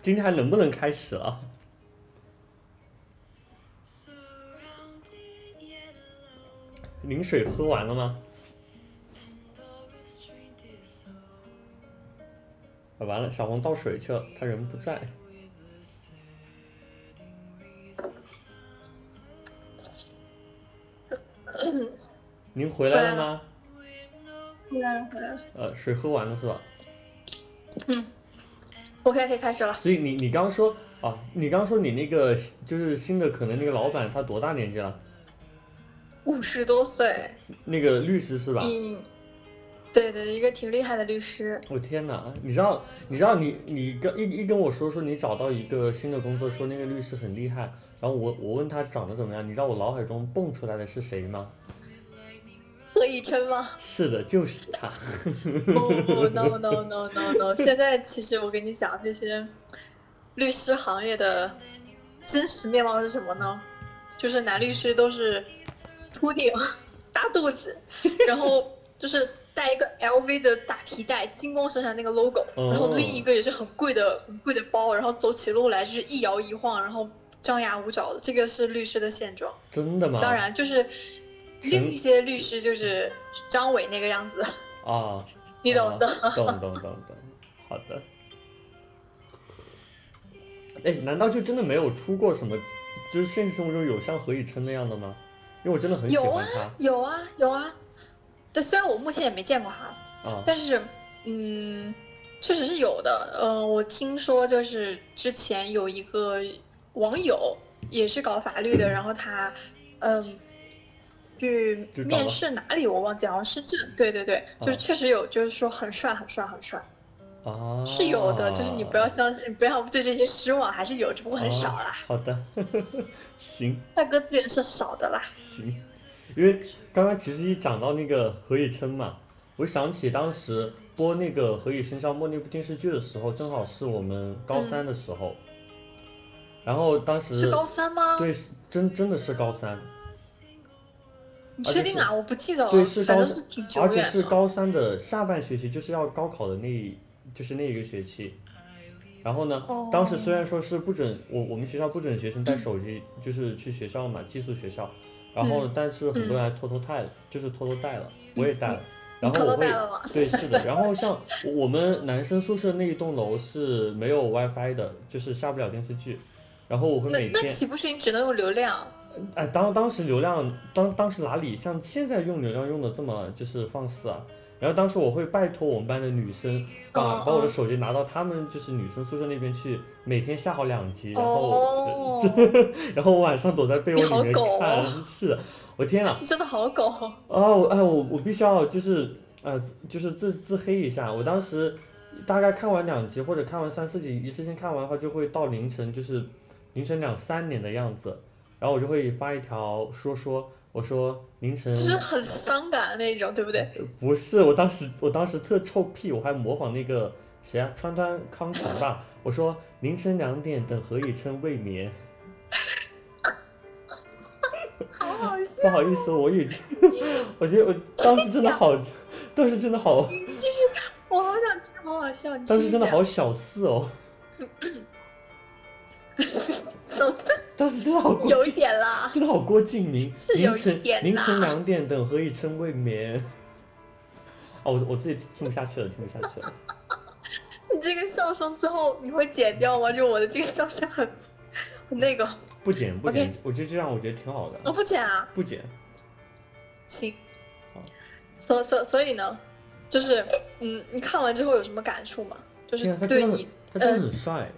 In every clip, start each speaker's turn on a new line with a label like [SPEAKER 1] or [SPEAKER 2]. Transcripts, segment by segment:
[SPEAKER 1] 今天还能不能开始啊了？您水喝完了吗？啊完了，小红倒水去了，他人不在。 您回来了吗？
[SPEAKER 2] 回来了，回来了。
[SPEAKER 1] 呃，水喝完了是吧？
[SPEAKER 2] 嗯，OK，可以开始了。
[SPEAKER 1] 所以你你刚刚说啊，你刚刚说你那个就是新的可能那个老板他多大年纪了？
[SPEAKER 2] 五十多岁，
[SPEAKER 1] 那个律师是吧？
[SPEAKER 2] 嗯，对对，一个挺厉害的律师。
[SPEAKER 1] 我天哪！你知道，你知道你，你跟一一跟我说说你找到一个新的工作，说那个律师很厉害，然后我我问他长得怎么样，你知道我脑海中蹦出来的是谁吗？
[SPEAKER 2] 贺以琛吗
[SPEAKER 1] 是的，就是他。
[SPEAKER 2] 不不，no no no no no。现在其实我跟你讲，这些律师行业的真实面貌是什么呢？就是男律师都是秃顶、大肚子，然后就是带一个 LV 的大皮带，金光闪闪那个 logo，
[SPEAKER 1] 哦
[SPEAKER 2] 然后拎一个也是很贵的、很贵的包，然后走起路来就是一摇一晃，然后张牙舞爪的，这个是律师的现状。
[SPEAKER 1] 真的吗？
[SPEAKER 2] 当然，就是
[SPEAKER 1] 全
[SPEAKER 2] 另一些律师就是张伟那个样子，
[SPEAKER 1] 啊，
[SPEAKER 2] 你懂的。
[SPEAKER 1] 啊懂懂懂懂，好的。哎，难道就真的没有出过什么？就是现实生活中有像何以琛那样的吗？因为我真的很喜
[SPEAKER 2] 有
[SPEAKER 1] 欢他
[SPEAKER 2] 有啊，有啊。对，虽然我目前也没见过他，
[SPEAKER 1] 啊
[SPEAKER 2] 但是嗯，确实是有的。嗯、我听说就是之前有一个网友也是搞法律的，然后他嗯。去
[SPEAKER 1] 就找了
[SPEAKER 2] 面试哪里我忘记，好像深圳。对对对，就是
[SPEAKER 1] 啊
[SPEAKER 2] 确实有，就是说很帅，很帅，很帅，
[SPEAKER 1] 啊，
[SPEAKER 2] 是有的。就是你不要相信，不要对这些失望，还是有，只不过很少啦。
[SPEAKER 1] 好的， 行
[SPEAKER 2] 大哥资源是少的啦。
[SPEAKER 1] 行，因为刚刚其实一讲到那个何以琛嘛，我想起当时播那个《何以笙箫默》那部电视剧的时候，正好是我们高三的时候，然后当时
[SPEAKER 2] 是高三吗？
[SPEAKER 1] 对，真真的是高三，
[SPEAKER 2] 你确定啊？我不记得了，
[SPEAKER 1] 对是
[SPEAKER 2] 反
[SPEAKER 1] 高
[SPEAKER 2] 正是挺久
[SPEAKER 1] 而
[SPEAKER 2] 远的。
[SPEAKER 1] 且是高三的下半学期，就是要高考的那一，就是那一个学期。然后呢，
[SPEAKER 2] 哦嗯
[SPEAKER 1] 当时虽然说是不准我我们学校不准学生带手机，就是去学校嘛，寄宿学校。然后呢，但是很多人还偷偷带了，就是偷偷带了，我也带了。
[SPEAKER 2] 嗯你
[SPEAKER 1] 然后
[SPEAKER 2] 偷
[SPEAKER 1] 我
[SPEAKER 2] 偷
[SPEAKER 1] 会
[SPEAKER 2] 带了吗？
[SPEAKER 1] 对，是 的。然后像我们男生宿舍那一栋楼是没有 WiFi 的，就是下不了电视剧。然后我会
[SPEAKER 2] 那
[SPEAKER 1] 每
[SPEAKER 2] 那
[SPEAKER 1] 天，
[SPEAKER 2] 岂不是你只能用流量？
[SPEAKER 1] 哎，当当时流量，当当时哪里像现在用流量用的这么就是放肆啊？然后当时我会拜托我们班的女生把、
[SPEAKER 2] 嗯
[SPEAKER 1] 把我的
[SPEAKER 2] 嗯
[SPEAKER 1] 手机拿到她们就是女生宿舍那边去，每天下好两集，然后、
[SPEAKER 2] 哦，
[SPEAKER 1] 然后我晚上躲在被窝
[SPEAKER 2] 你好
[SPEAKER 1] 里面
[SPEAKER 2] 狗哦
[SPEAKER 1] 看，是的，我天啊，
[SPEAKER 2] 你 真的好狗。
[SPEAKER 1] 哦，我哎，我我必须要就是呃，就是自自黑一下。我当时大概看完两集或者看完三四集，一次性看完的话，就会到凌晨，就是凌晨两三点的样子。然后我就会发一条说说，我说凌晨
[SPEAKER 2] 就是很伤感的那种，对不对？
[SPEAKER 1] 不是，我当时我当时特臭屁，我还模仿那个谁啊，川端康成吧，我说凌晨两点等何以琛未眠。
[SPEAKER 2] 好好笑，
[SPEAKER 1] 不好意思，我已经，我觉得我当时真的好，当时真的好，
[SPEAKER 2] 我好想听，好好笑。你
[SPEAKER 1] 当时真的
[SPEAKER 2] 继续
[SPEAKER 1] 好小四哦。 当时真的好
[SPEAKER 2] 讲，
[SPEAKER 1] 郭
[SPEAKER 2] 有一
[SPEAKER 1] 敬，
[SPEAKER 2] 点啦。
[SPEAKER 1] 真的好郭敬明，
[SPEAKER 2] 是有
[SPEAKER 1] 凌
[SPEAKER 2] 一
[SPEAKER 1] 晨
[SPEAKER 2] 点啦
[SPEAKER 1] 凌晨两点等何以琛未眠。 哦，我我自己听不下去了，听不下 去了。
[SPEAKER 2] 你这个笑声最后你会剪掉吗？就我的这个笑声很很那个，
[SPEAKER 1] 不剪不剪
[SPEAKER 2] OK
[SPEAKER 1] 我觉得这样我觉得挺好
[SPEAKER 2] 我
[SPEAKER 1] 的，
[SPEAKER 2] 不剪啊。
[SPEAKER 1] 不剪。
[SPEAKER 2] 行
[SPEAKER 1] 好。
[SPEAKER 2] 所所所以呢，就是嗯，你看完之后有什么感触吗？就是
[SPEAKER 1] 天啊，他
[SPEAKER 2] 对
[SPEAKER 1] 真的
[SPEAKER 2] 你呃
[SPEAKER 1] 很，他真的很帅，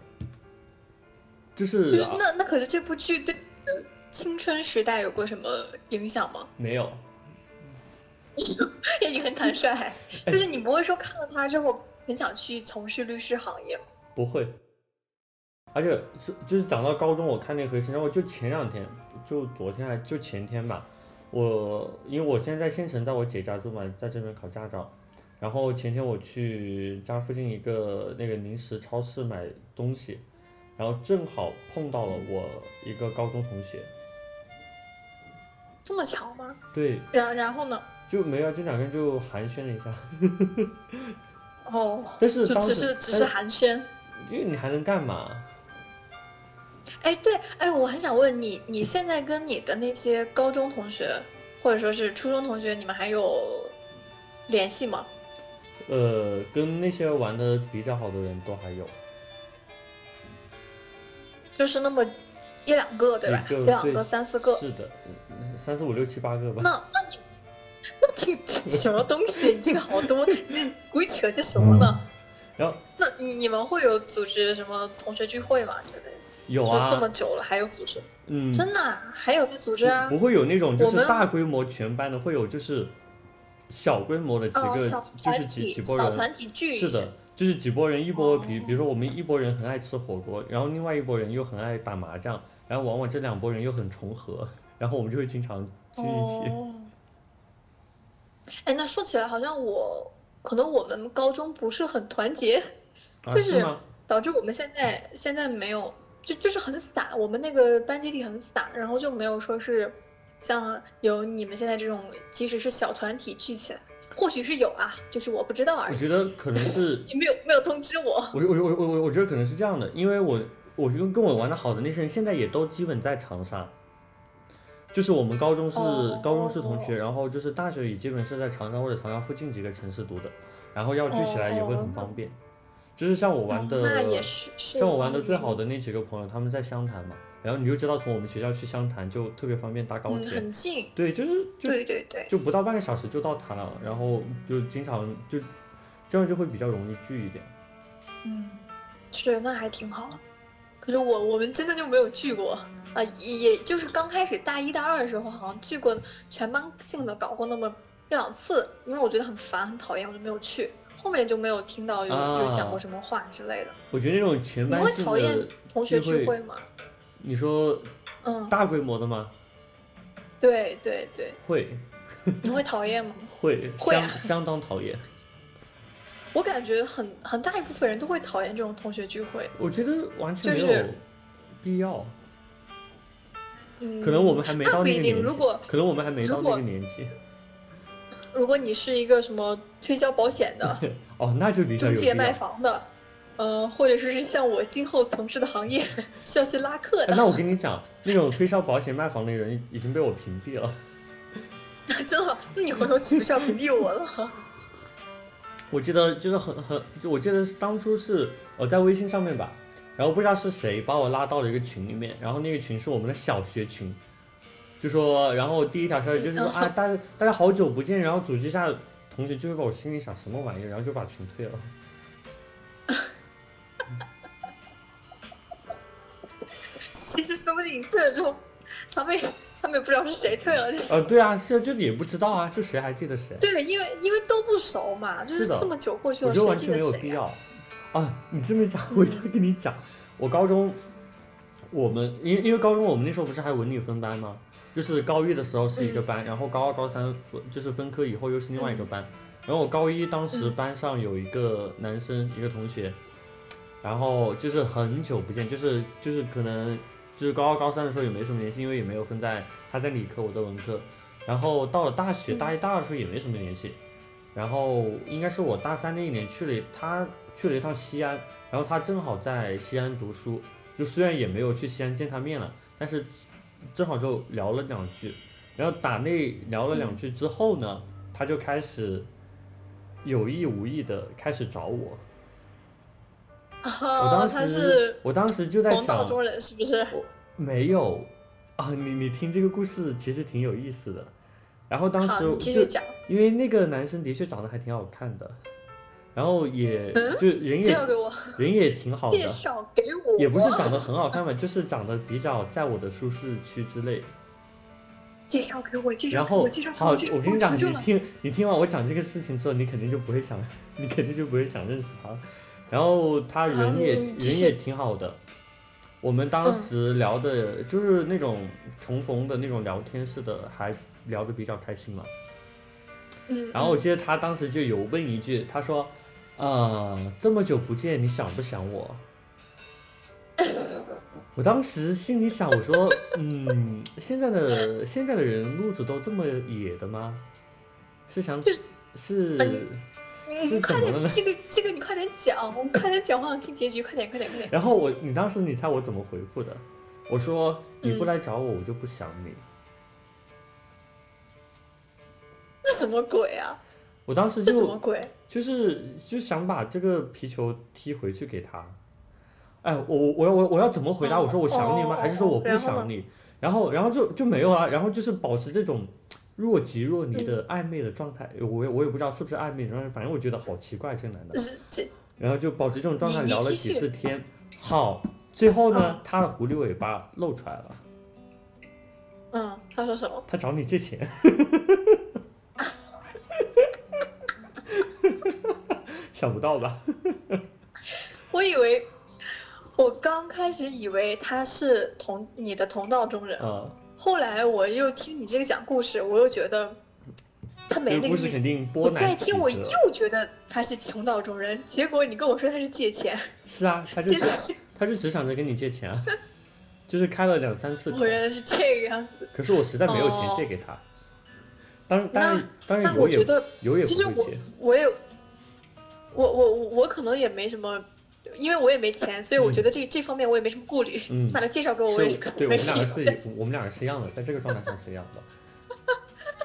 [SPEAKER 1] 就是
[SPEAKER 2] 就是
[SPEAKER 1] 啊
[SPEAKER 2] 那那可是这部剧对你的青春时代有过什么影响吗？
[SPEAKER 1] 没有，
[SPEAKER 2] 也你很 坦率，就是你不会说看了它之后很想去从事律师行业吗？
[SPEAKER 1] 不会。而且是就是讲到高中，我看那个《何以笙箫默》，就前两天，就昨天还就前天吧，我因为我现在在县城，在我姐家住嘛，在这边考驾照。然后前天我去家附近一个那个零食超市买东西，然后正好碰到了我一个高中同学，
[SPEAKER 2] 这么巧吗？
[SPEAKER 1] 对，
[SPEAKER 2] 然然后呢？
[SPEAKER 1] 就没有，就两个人就寒暄了一下。
[SPEAKER 2] 哦，
[SPEAKER 1] 但是
[SPEAKER 2] 就
[SPEAKER 1] 当
[SPEAKER 2] 只
[SPEAKER 1] 时哎
[SPEAKER 2] 是只
[SPEAKER 1] 但
[SPEAKER 2] 是寒暄，
[SPEAKER 1] 因为你还能干嘛？
[SPEAKER 2] 哎，对，哎，我很想问你，你现在跟你的那些高中同学，或者说是初中同学，你们还有联系吗？
[SPEAKER 1] 呃，跟那些玩的比较好的人都还有
[SPEAKER 2] 就是那么一两个，对吧？
[SPEAKER 1] 几
[SPEAKER 2] 一
[SPEAKER 1] 个
[SPEAKER 2] 两
[SPEAKER 1] 对
[SPEAKER 2] 个、三四个。
[SPEAKER 1] 是的，嗯三四五六七八个吧。
[SPEAKER 2] 那那你那 挺挺什么东西？你这个好多，你鬼扯些什么
[SPEAKER 1] 嗯
[SPEAKER 2] 呢？
[SPEAKER 1] 然后
[SPEAKER 2] 那你你们会有组织什么同学聚会吗之类的？
[SPEAKER 1] 有
[SPEAKER 2] 就这么
[SPEAKER 1] 啊，
[SPEAKER 2] 久了还有组织，
[SPEAKER 1] 嗯，
[SPEAKER 2] 真的啊、还有在组织啊
[SPEAKER 1] 不？会有那种就
[SPEAKER 2] 我
[SPEAKER 1] 是
[SPEAKER 2] 们
[SPEAKER 1] 大规模全班的，会有就是小规模的几
[SPEAKER 2] 哦，
[SPEAKER 1] 个
[SPEAKER 2] 小，
[SPEAKER 1] 就
[SPEAKER 2] 团
[SPEAKER 1] 是几
[SPEAKER 2] 体
[SPEAKER 1] 几波
[SPEAKER 2] 小
[SPEAKER 1] 人，
[SPEAKER 2] 团体聚
[SPEAKER 1] 是
[SPEAKER 2] 一下，
[SPEAKER 1] 的，就是几波人，一波比
[SPEAKER 2] 哦
[SPEAKER 1] 比如说我们一波人很爱吃火锅，然后另外一波人又很爱打麻将，然后往往这两波人又很重合， 然后我们就会经常聚一起。
[SPEAKER 2] 哦，哎，那说起来好像我可能我们高中不是很团结，
[SPEAKER 1] 啊，
[SPEAKER 2] 就是
[SPEAKER 1] 吗？
[SPEAKER 2] 导致我们现在现在没有，就就是很散，我们那个班集体很散，然后就没有说是像有你们现在这种，即使是小团体聚起来，或许是有啊，就是我不知道而
[SPEAKER 1] 我
[SPEAKER 2] 已，
[SPEAKER 1] 觉得可能是
[SPEAKER 2] 你没有没有通知我。
[SPEAKER 1] 我我我我我我觉得可能是这样的，因为我我跟跟我玩的好的那些人，现在也都基本在长沙。就是我们高中是、
[SPEAKER 2] 哦
[SPEAKER 1] 高中是同学，然后就是大学也基本是在长沙或者长沙附近几个城市读的，然后要聚起来也会很方便。就是像我玩的，
[SPEAKER 2] 哦那也是，是
[SPEAKER 1] 像我玩的最好的那几个朋友，他们在湘潭嘛，然后你就知道从我们学校去湘潭就特别方便搭高
[SPEAKER 2] 嗯，
[SPEAKER 1] 铁，
[SPEAKER 2] 很近，
[SPEAKER 1] 对，就是就
[SPEAKER 2] 对对对，
[SPEAKER 1] 就不到半个小时就到它了，然后就经常就这样就会比较容易聚一点。
[SPEAKER 2] 嗯，是，那还挺好。可是我我们真的就没有聚过啊、也也就是刚开始大一大二的时候，好像聚过全班性的搞过那么一两次，因为我觉得很烦很讨厌，我就没有去。后面就没有听到有、有讲过
[SPEAKER 1] 啊
[SPEAKER 2] 什么话之类的。
[SPEAKER 1] 我觉得那种全
[SPEAKER 2] 你
[SPEAKER 1] 班
[SPEAKER 2] 会
[SPEAKER 1] 性
[SPEAKER 2] 讨厌
[SPEAKER 1] 的，
[SPEAKER 2] 同学
[SPEAKER 1] 聚会
[SPEAKER 2] 聚会吗？
[SPEAKER 1] 你说
[SPEAKER 2] 嗯，
[SPEAKER 1] 大规模的吗？
[SPEAKER 2] 对对 对，
[SPEAKER 1] 会
[SPEAKER 2] 你会讨厌吗？
[SPEAKER 1] 会
[SPEAKER 2] 会啊
[SPEAKER 1] 相相当讨厌。
[SPEAKER 2] 我感觉很很大一部分人都会讨厌这种同学聚会。
[SPEAKER 1] 我觉得完全没
[SPEAKER 2] 就
[SPEAKER 1] 有
[SPEAKER 2] 是
[SPEAKER 1] 必要，
[SPEAKER 2] 嗯，
[SPEAKER 1] 可能我们还没到
[SPEAKER 2] 那不
[SPEAKER 1] 那
[SPEAKER 2] 一
[SPEAKER 1] 个
[SPEAKER 2] 定。
[SPEAKER 1] 年
[SPEAKER 2] 如
[SPEAKER 1] 纪
[SPEAKER 2] 果，
[SPEAKER 1] 可能我们还没到那
[SPEAKER 2] 如果
[SPEAKER 1] 个年纪。
[SPEAKER 2] 如果你是一个什么推销保险的，
[SPEAKER 1] 哦，那就比较
[SPEAKER 2] 中
[SPEAKER 1] 有必
[SPEAKER 2] 介
[SPEAKER 1] 要。
[SPEAKER 2] 卖
[SPEAKER 1] 哎
[SPEAKER 2] 房的，呃，或者说是像我今后从事的行业需要去拉客的，
[SPEAKER 1] 哎那我跟你讲，那种推销保险卖房的人已经被我屏蔽了。
[SPEAKER 2] 真的，那你回头岂不是要屏蔽我了？
[SPEAKER 1] 我记得就是很很，就我记得是当初是我在微信上面吧，然后不知道是谁把我拉到了一个群里面，然后那个群是我们的小学群，就说，然后第一条消息
[SPEAKER 2] 嗯
[SPEAKER 1] 就是说啊，大家大家好久不见，然后组织一下同学聚会吧，我心里想什么玩意儿，然后就把群退了。
[SPEAKER 2] 其实说不定这种，他们也他们也不知道是谁退了。
[SPEAKER 1] 呃，对啊，是啊就也不知道啊，就谁还记得谁，
[SPEAKER 2] 对，因为因为都不熟嘛，就是是
[SPEAKER 1] 的
[SPEAKER 2] 这么久过去
[SPEAKER 1] 我
[SPEAKER 2] 了，
[SPEAKER 1] 觉得
[SPEAKER 2] 谁
[SPEAKER 1] 完
[SPEAKER 2] 记
[SPEAKER 1] 全
[SPEAKER 2] 得
[SPEAKER 1] 没有必
[SPEAKER 2] 谁啊？嗯
[SPEAKER 1] 要啊。你这么一讲，我就跟你讲，我高中我们因为因为高中我们那时候不是还文理分班吗？就是高一的时候是一个
[SPEAKER 2] 嗯
[SPEAKER 1] 班，然后高二、高三就是分科以后又是另外一个班。然后我高一当时班上有一个男生，一个同学，然后就是很久不见，就是就是可能就是高二、高三的时候也没什么联系，因为也没有分在他在理科，我在文科。然后到了大学
[SPEAKER 2] 嗯
[SPEAKER 1] 大一、大二的时候也没什么联系，然后应该是我大三那一年去了一他去了一趟西安，然后他正好在西安读书，就虽然也没有去西安见他面了，但是正好就聊了两句，然后打那聊了两句之后呢，他就开始有意无意的开始找我，我
[SPEAKER 2] 啊，
[SPEAKER 1] 当时
[SPEAKER 2] 他是
[SPEAKER 1] 我当时就在
[SPEAKER 2] 同道
[SPEAKER 1] 想，
[SPEAKER 2] 中人是不是？
[SPEAKER 1] 没有啊，你你听这个故事其实挺有意思的，然后当
[SPEAKER 2] 好，
[SPEAKER 1] 时
[SPEAKER 2] 你继
[SPEAKER 1] 就
[SPEAKER 2] 续讲。
[SPEAKER 1] 因为那个男生的确长得还挺好看的，然后也
[SPEAKER 2] 嗯
[SPEAKER 1] 就人也
[SPEAKER 2] 介绍给我，
[SPEAKER 1] 人也挺好
[SPEAKER 2] 介
[SPEAKER 1] 的，
[SPEAKER 2] 绍给我，
[SPEAKER 1] 也不是长得很好看吧，就是长得比较在我的舒适区之内。
[SPEAKER 2] 介绍给我，介绍
[SPEAKER 1] 然
[SPEAKER 2] 给我，
[SPEAKER 1] 后
[SPEAKER 2] 介绍给
[SPEAKER 1] 好，
[SPEAKER 2] 我，介绍
[SPEAKER 1] 我
[SPEAKER 2] 给
[SPEAKER 1] 跟
[SPEAKER 2] 我，
[SPEAKER 1] 你
[SPEAKER 2] 求
[SPEAKER 1] 讲，
[SPEAKER 2] 求
[SPEAKER 1] 你
[SPEAKER 2] 了。
[SPEAKER 1] 听你听完我讲这个事情之后，你肯定就不会想， 你肯定就不会想认识他了。然后他人也、
[SPEAKER 2] 嗯就
[SPEAKER 1] 人
[SPEAKER 2] 是
[SPEAKER 1] 也挺好的，我们
[SPEAKER 2] 嗯
[SPEAKER 1] 当时聊的、就是那种重逢的那种聊天式的，还聊得比较开心嘛。
[SPEAKER 2] 嗯，
[SPEAKER 1] 然后我
[SPEAKER 2] 嗯
[SPEAKER 1] 记得他当时就有问一句，他说：“呃，这么久不见，你想不想我？” 我当时心里想，我说：“嗯，现在的现在的人路子都这么野的吗？是想
[SPEAKER 2] 就是
[SPEAKER 1] 是是
[SPEAKER 2] 你
[SPEAKER 1] 怎
[SPEAKER 2] 嗯快
[SPEAKER 1] 么了呢
[SPEAKER 2] 点，这个这个你快点讲，我们快点讲，我想听结局，快点快点快点。
[SPEAKER 1] 然后我，你当时你猜我怎么回复的？我说你不
[SPEAKER 2] 嗯
[SPEAKER 1] 来找我，我就不想你。
[SPEAKER 2] 这什么鬼啊？
[SPEAKER 1] 我当时
[SPEAKER 2] 这什么
[SPEAKER 1] 就
[SPEAKER 2] 鬼？
[SPEAKER 1] 就是就想把这个皮球踢回去给他。哎，我我我要我我要怎么回答？
[SPEAKER 2] 哦
[SPEAKER 1] 我说我想你吗？
[SPEAKER 2] 哦
[SPEAKER 1] 还是说我不
[SPEAKER 2] 然后呢
[SPEAKER 1] 想你？然后然后就就没有啊，然后就是保持这种若即若离的
[SPEAKER 2] 嗯
[SPEAKER 1] 暧昧的状态。我也我也不知道是不是暧昧，然后反正我觉得好奇怪这个男的。
[SPEAKER 2] 是这
[SPEAKER 1] 然后就保持这种状态
[SPEAKER 2] 你你
[SPEAKER 1] 聊了
[SPEAKER 2] 继
[SPEAKER 1] 几
[SPEAKER 2] 续
[SPEAKER 1] 次天。好，最后呢，他的狐狸尾巴露出来了，
[SPEAKER 2] 嗯，他说什么？
[SPEAKER 1] 他找你借钱。 想不到吧？
[SPEAKER 2] 我以为我刚开始以为他是同你的同道中人，
[SPEAKER 1] 啊、
[SPEAKER 2] 后来我又听你这个讲故事，我又觉得他没
[SPEAKER 1] 这个
[SPEAKER 2] 那个
[SPEAKER 1] 故
[SPEAKER 2] 意
[SPEAKER 1] 事
[SPEAKER 2] 思
[SPEAKER 1] 肯。定波
[SPEAKER 2] 我
[SPEAKER 1] 澜
[SPEAKER 2] 再
[SPEAKER 1] 起
[SPEAKER 2] 听，我
[SPEAKER 1] 伏
[SPEAKER 2] 又觉得他是同道中人，结果你跟我说他是借钱，
[SPEAKER 1] 是啊，他就
[SPEAKER 2] 真的
[SPEAKER 1] 是
[SPEAKER 2] 是，
[SPEAKER 1] 他就只想着跟你借钱啊，就是开了两三次口
[SPEAKER 2] 我，原来是这个样子。
[SPEAKER 1] 可是我实在没有钱
[SPEAKER 2] 哦
[SPEAKER 1] 借给他。当然，当然，当
[SPEAKER 2] 那
[SPEAKER 1] 然
[SPEAKER 2] 我
[SPEAKER 1] 有也
[SPEAKER 2] 觉得
[SPEAKER 1] 有也
[SPEAKER 2] 其实
[SPEAKER 1] 不会借，
[SPEAKER 2] 我也，我我我我可能也没什么，因为我也没钱，所以我觉得这、这方面我也没什么顾虑。
[SPEAKER 1] 嗯
[SPEAKER 2] 你把他介绍给我，我也是
[SPEAKER 1] 是
[SPEAKER 2] 可
[SPEAKER 1] 对我
[SPEAKER 2] 没
[SPEAKER 1] 们两个
[SPEAKER 2] 有。
[SPEAKER 1] 是一，我们两个是一样的，在这个状态上是一样的。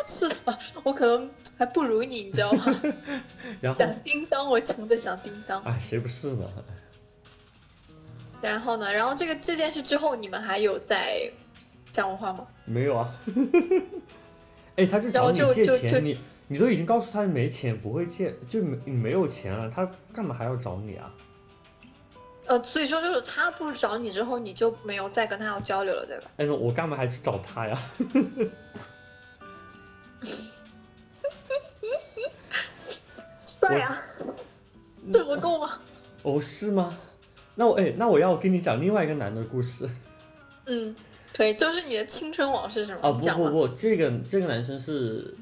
[SPEAKER 2] 是的，我可能还不如你，你知道吗？
[SPEAKER 1] 然后
[SPEAKER 2] 想叮当，我穷的想叮当。
[SPEAKER 1] 哎，谁不是呢？
[SPEAKER 2] 然后呢？然后这个这件事之后，你们还有在讲过话吗？
[SPEAKER 1] 没有啊。 哎，他就
[SPEAKER 2] 然
[SPEAKER 1] 找
[SPEAKER 2] 后
[SPEAKER 1] 你
[SPEAKER 2] 就
[SPEAKER 1] 借
[SPEAKER 2] 就就
[SPEAKER 1] 钱，你你都已经告诉他没钱，不会借，就没你没有钱了，他干嘛还要找你啊？
[SPEAKER 2] 呃，所以说就是他不找你之后，你就没有再跟他有交流了，对吧？
[SPEAKER 1] 哎，那我干嘛还去找他呀？
[SPEAKER 2] 帅啊，这不够吗？
[SPEAKER 1] 哦，是吗？那我哎，那我要跟你讲另外一个男的故事
[SPEAKER 2] 嗯，可以，就是你的青春往事是吗？
[SPEAKER 1] 啊！不
[SPEAKER 2] 你讲
[SPEAKER 1] 不
[SPEAKER 2] 吧。
[SPEAKER 1] 不，这个这个男生是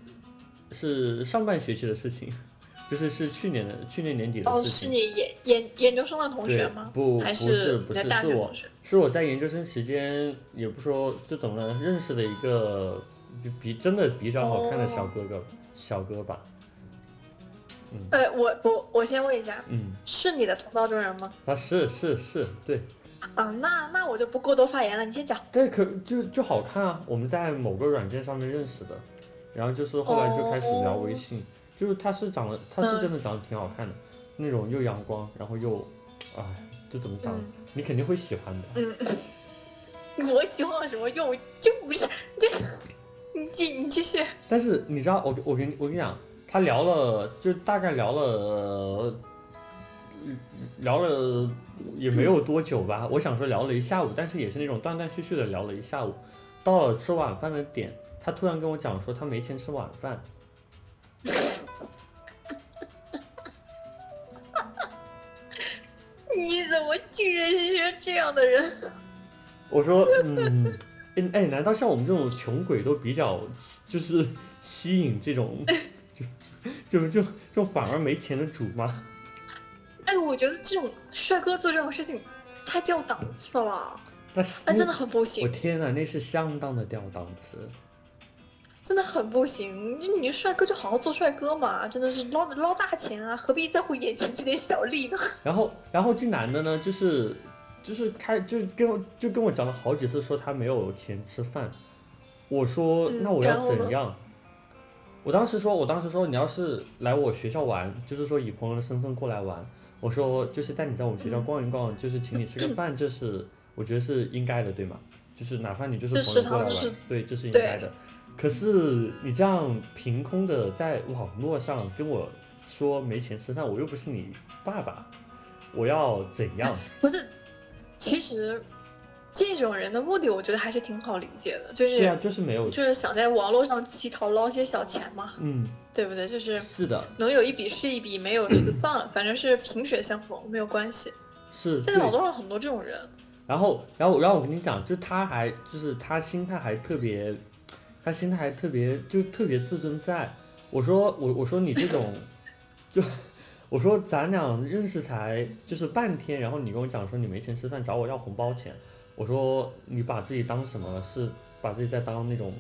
[SPEAKER 1] 是上半学期的事情，就是是去年的去年年底的
[SPEAKER 2] 哦，
[SPEAKER 1] 事
[SPEAKER 2] 是
[SPEAKER 1] 情。
[SPEAKER 2] 你研研研究生的同学
[SPEAKER 1] 对
[SPEAKER 2] 吗？
[SPEAKER 1] 不
[SPEAKER 2] 还
[SPEAKER 1] 不
[SPEAKER 2] 是
[SPEAKER 1] 是不
[SPEAKER 2] 你的
[SPEAKER 1] 是
[SPEAKER 2] 大
[SPEAKER 1] 是
[SPEAKER 2] 学
[SPEAKER 1] 我
[SPEAKER 2] 同学？
[SPEAKER 1] 是我在研究生期间，也不说就怎么呢，认识的一个比比真的比较好看的小哥哥、
[SPEAKER 2] 哦
[SPEAKER 1] 小哥吧，
[SPEAKER 2] 呃，我不，我先问一下，
[SPEAKER 1] 嗯，
[SPEAKER 2] 是你的同道中人吗？
[SPEAKER 1] 啊是是是，对
[SPEAKER 2] 啊，那那我就不过多发言了，你先讲。
[SPEAKER 1] 对，可就就好看啊，我们在某个软件上面认识的，然后就是后来就开始聊微信，就是他是长得他是真的长得挺好看的，那种又阳光，然后又，哎，就怎么讲，
[SPEAKER 2] 嗯
[SPEAKER 1] 你肯定会喜欢的，
[SPEAKER 2] 我喜欢有什么用？就不是这，你继你继续。
[SPEAKER 1] 但是你知道，我我跟我跟你讲，他聊了，就大概聊了，呃聊了也没有多久吧。我想说聊了一下午，但是也是那种断断续续的聊了一下午。到了吃晚饭的点，他突然跟我讲说他没钱吃晚饭。
[SPEAKER 2] 你怎么竟然是这样的人？
[SPEAKER 1] 我说，嗯，哎哎，难道像我们这种穷鬼都比较就是吸引这种 就就就就反而没钱的主吗？
[SPEAKER 2] 哎，我觉得这种帅哥做这种事情太掉档次了，
[SPEAKER 1] 那是
[SPEAKER 2] 哎，真的很不行
[SPEAKER 1] 我。天呐，那是相当的吊档次。
[SPEAKER 2] 真的很不行。就你帅哥就好好做帅哥嘛，真的是捞捞大钱啊，何必在乎眼前这点小利呢？
[SPEAKER 1] 然后，然后这男的呢，就是就是开就跟我就跟我讲了好几次，说他没有钱吃饭。我说
[SPEAKER 2] 嗯
[SPEAKER 1] 那我
[SPEAKER 2] 然
[SPEAKER 1] 要
[SPEAKER 2] 后呢
[SPEAKER 1] 怎样？我当时说，我当时说，你要是来我学校玩，就是说以朋友的身份过来玩，我说就是带你在我们学
[SPEAKER 2] 嗯
[SPEAKER 1] 校逛一逛，就是请你吃个饭，这是我觉得是应该的，对吗？就是哪怕你就是
[SPEAKER 2] 这
[SPEAKER 1] 朋
[SPEAKER 2] 食
[SPEAKER 1] 友过来
[SPEAKER 2] 堂
[SPEAKER 1] 玩，
[SPEAKER 2] 就是
[SPEAKER 1] 对，这是应
[SPEAKER 2] 对
[SPEAKER 1] 该的。可是你这样凭空的在网络上跟我说没钱吃饭，我又不是你爸爸，我要怎样？
[SPEAKER 2] 不是，其实这种人的目的，我觉得还是挺好理解的，就
[SPEAKER 1] 对啊，
[SPEAKER 2] 是
[SPEAKER 1] 就是没有，
[SPEAKER 2] 就是想在网络上乞讨捞些小钱嘛，
[SPEAKER 1] 嗯，
[SPEAKER 2] 对不对？就是
[SPEAKER 1] 是的，
[SPEAKER 2] 能有一笔是一笔，没有也就算了，反正是萍水相逢，没有关系。
[SPEAKER 1] 是
[SPEAKER 2] 现在网
[SPEAKER 1] 嗯对。
[SPEAKER 2] 络上很多这种人，
[SPEAKER 1] 然后，然后，然后我跟你讲，就他还就是他心态还特别，他心态还特别就特别自尊自爱。我说我我说你这种，就我说咱俩认识才就是半天，然后你跟我讲说你没钱吃饭找我要红包钱，我说你把自己当什么了？是把自己在当那种，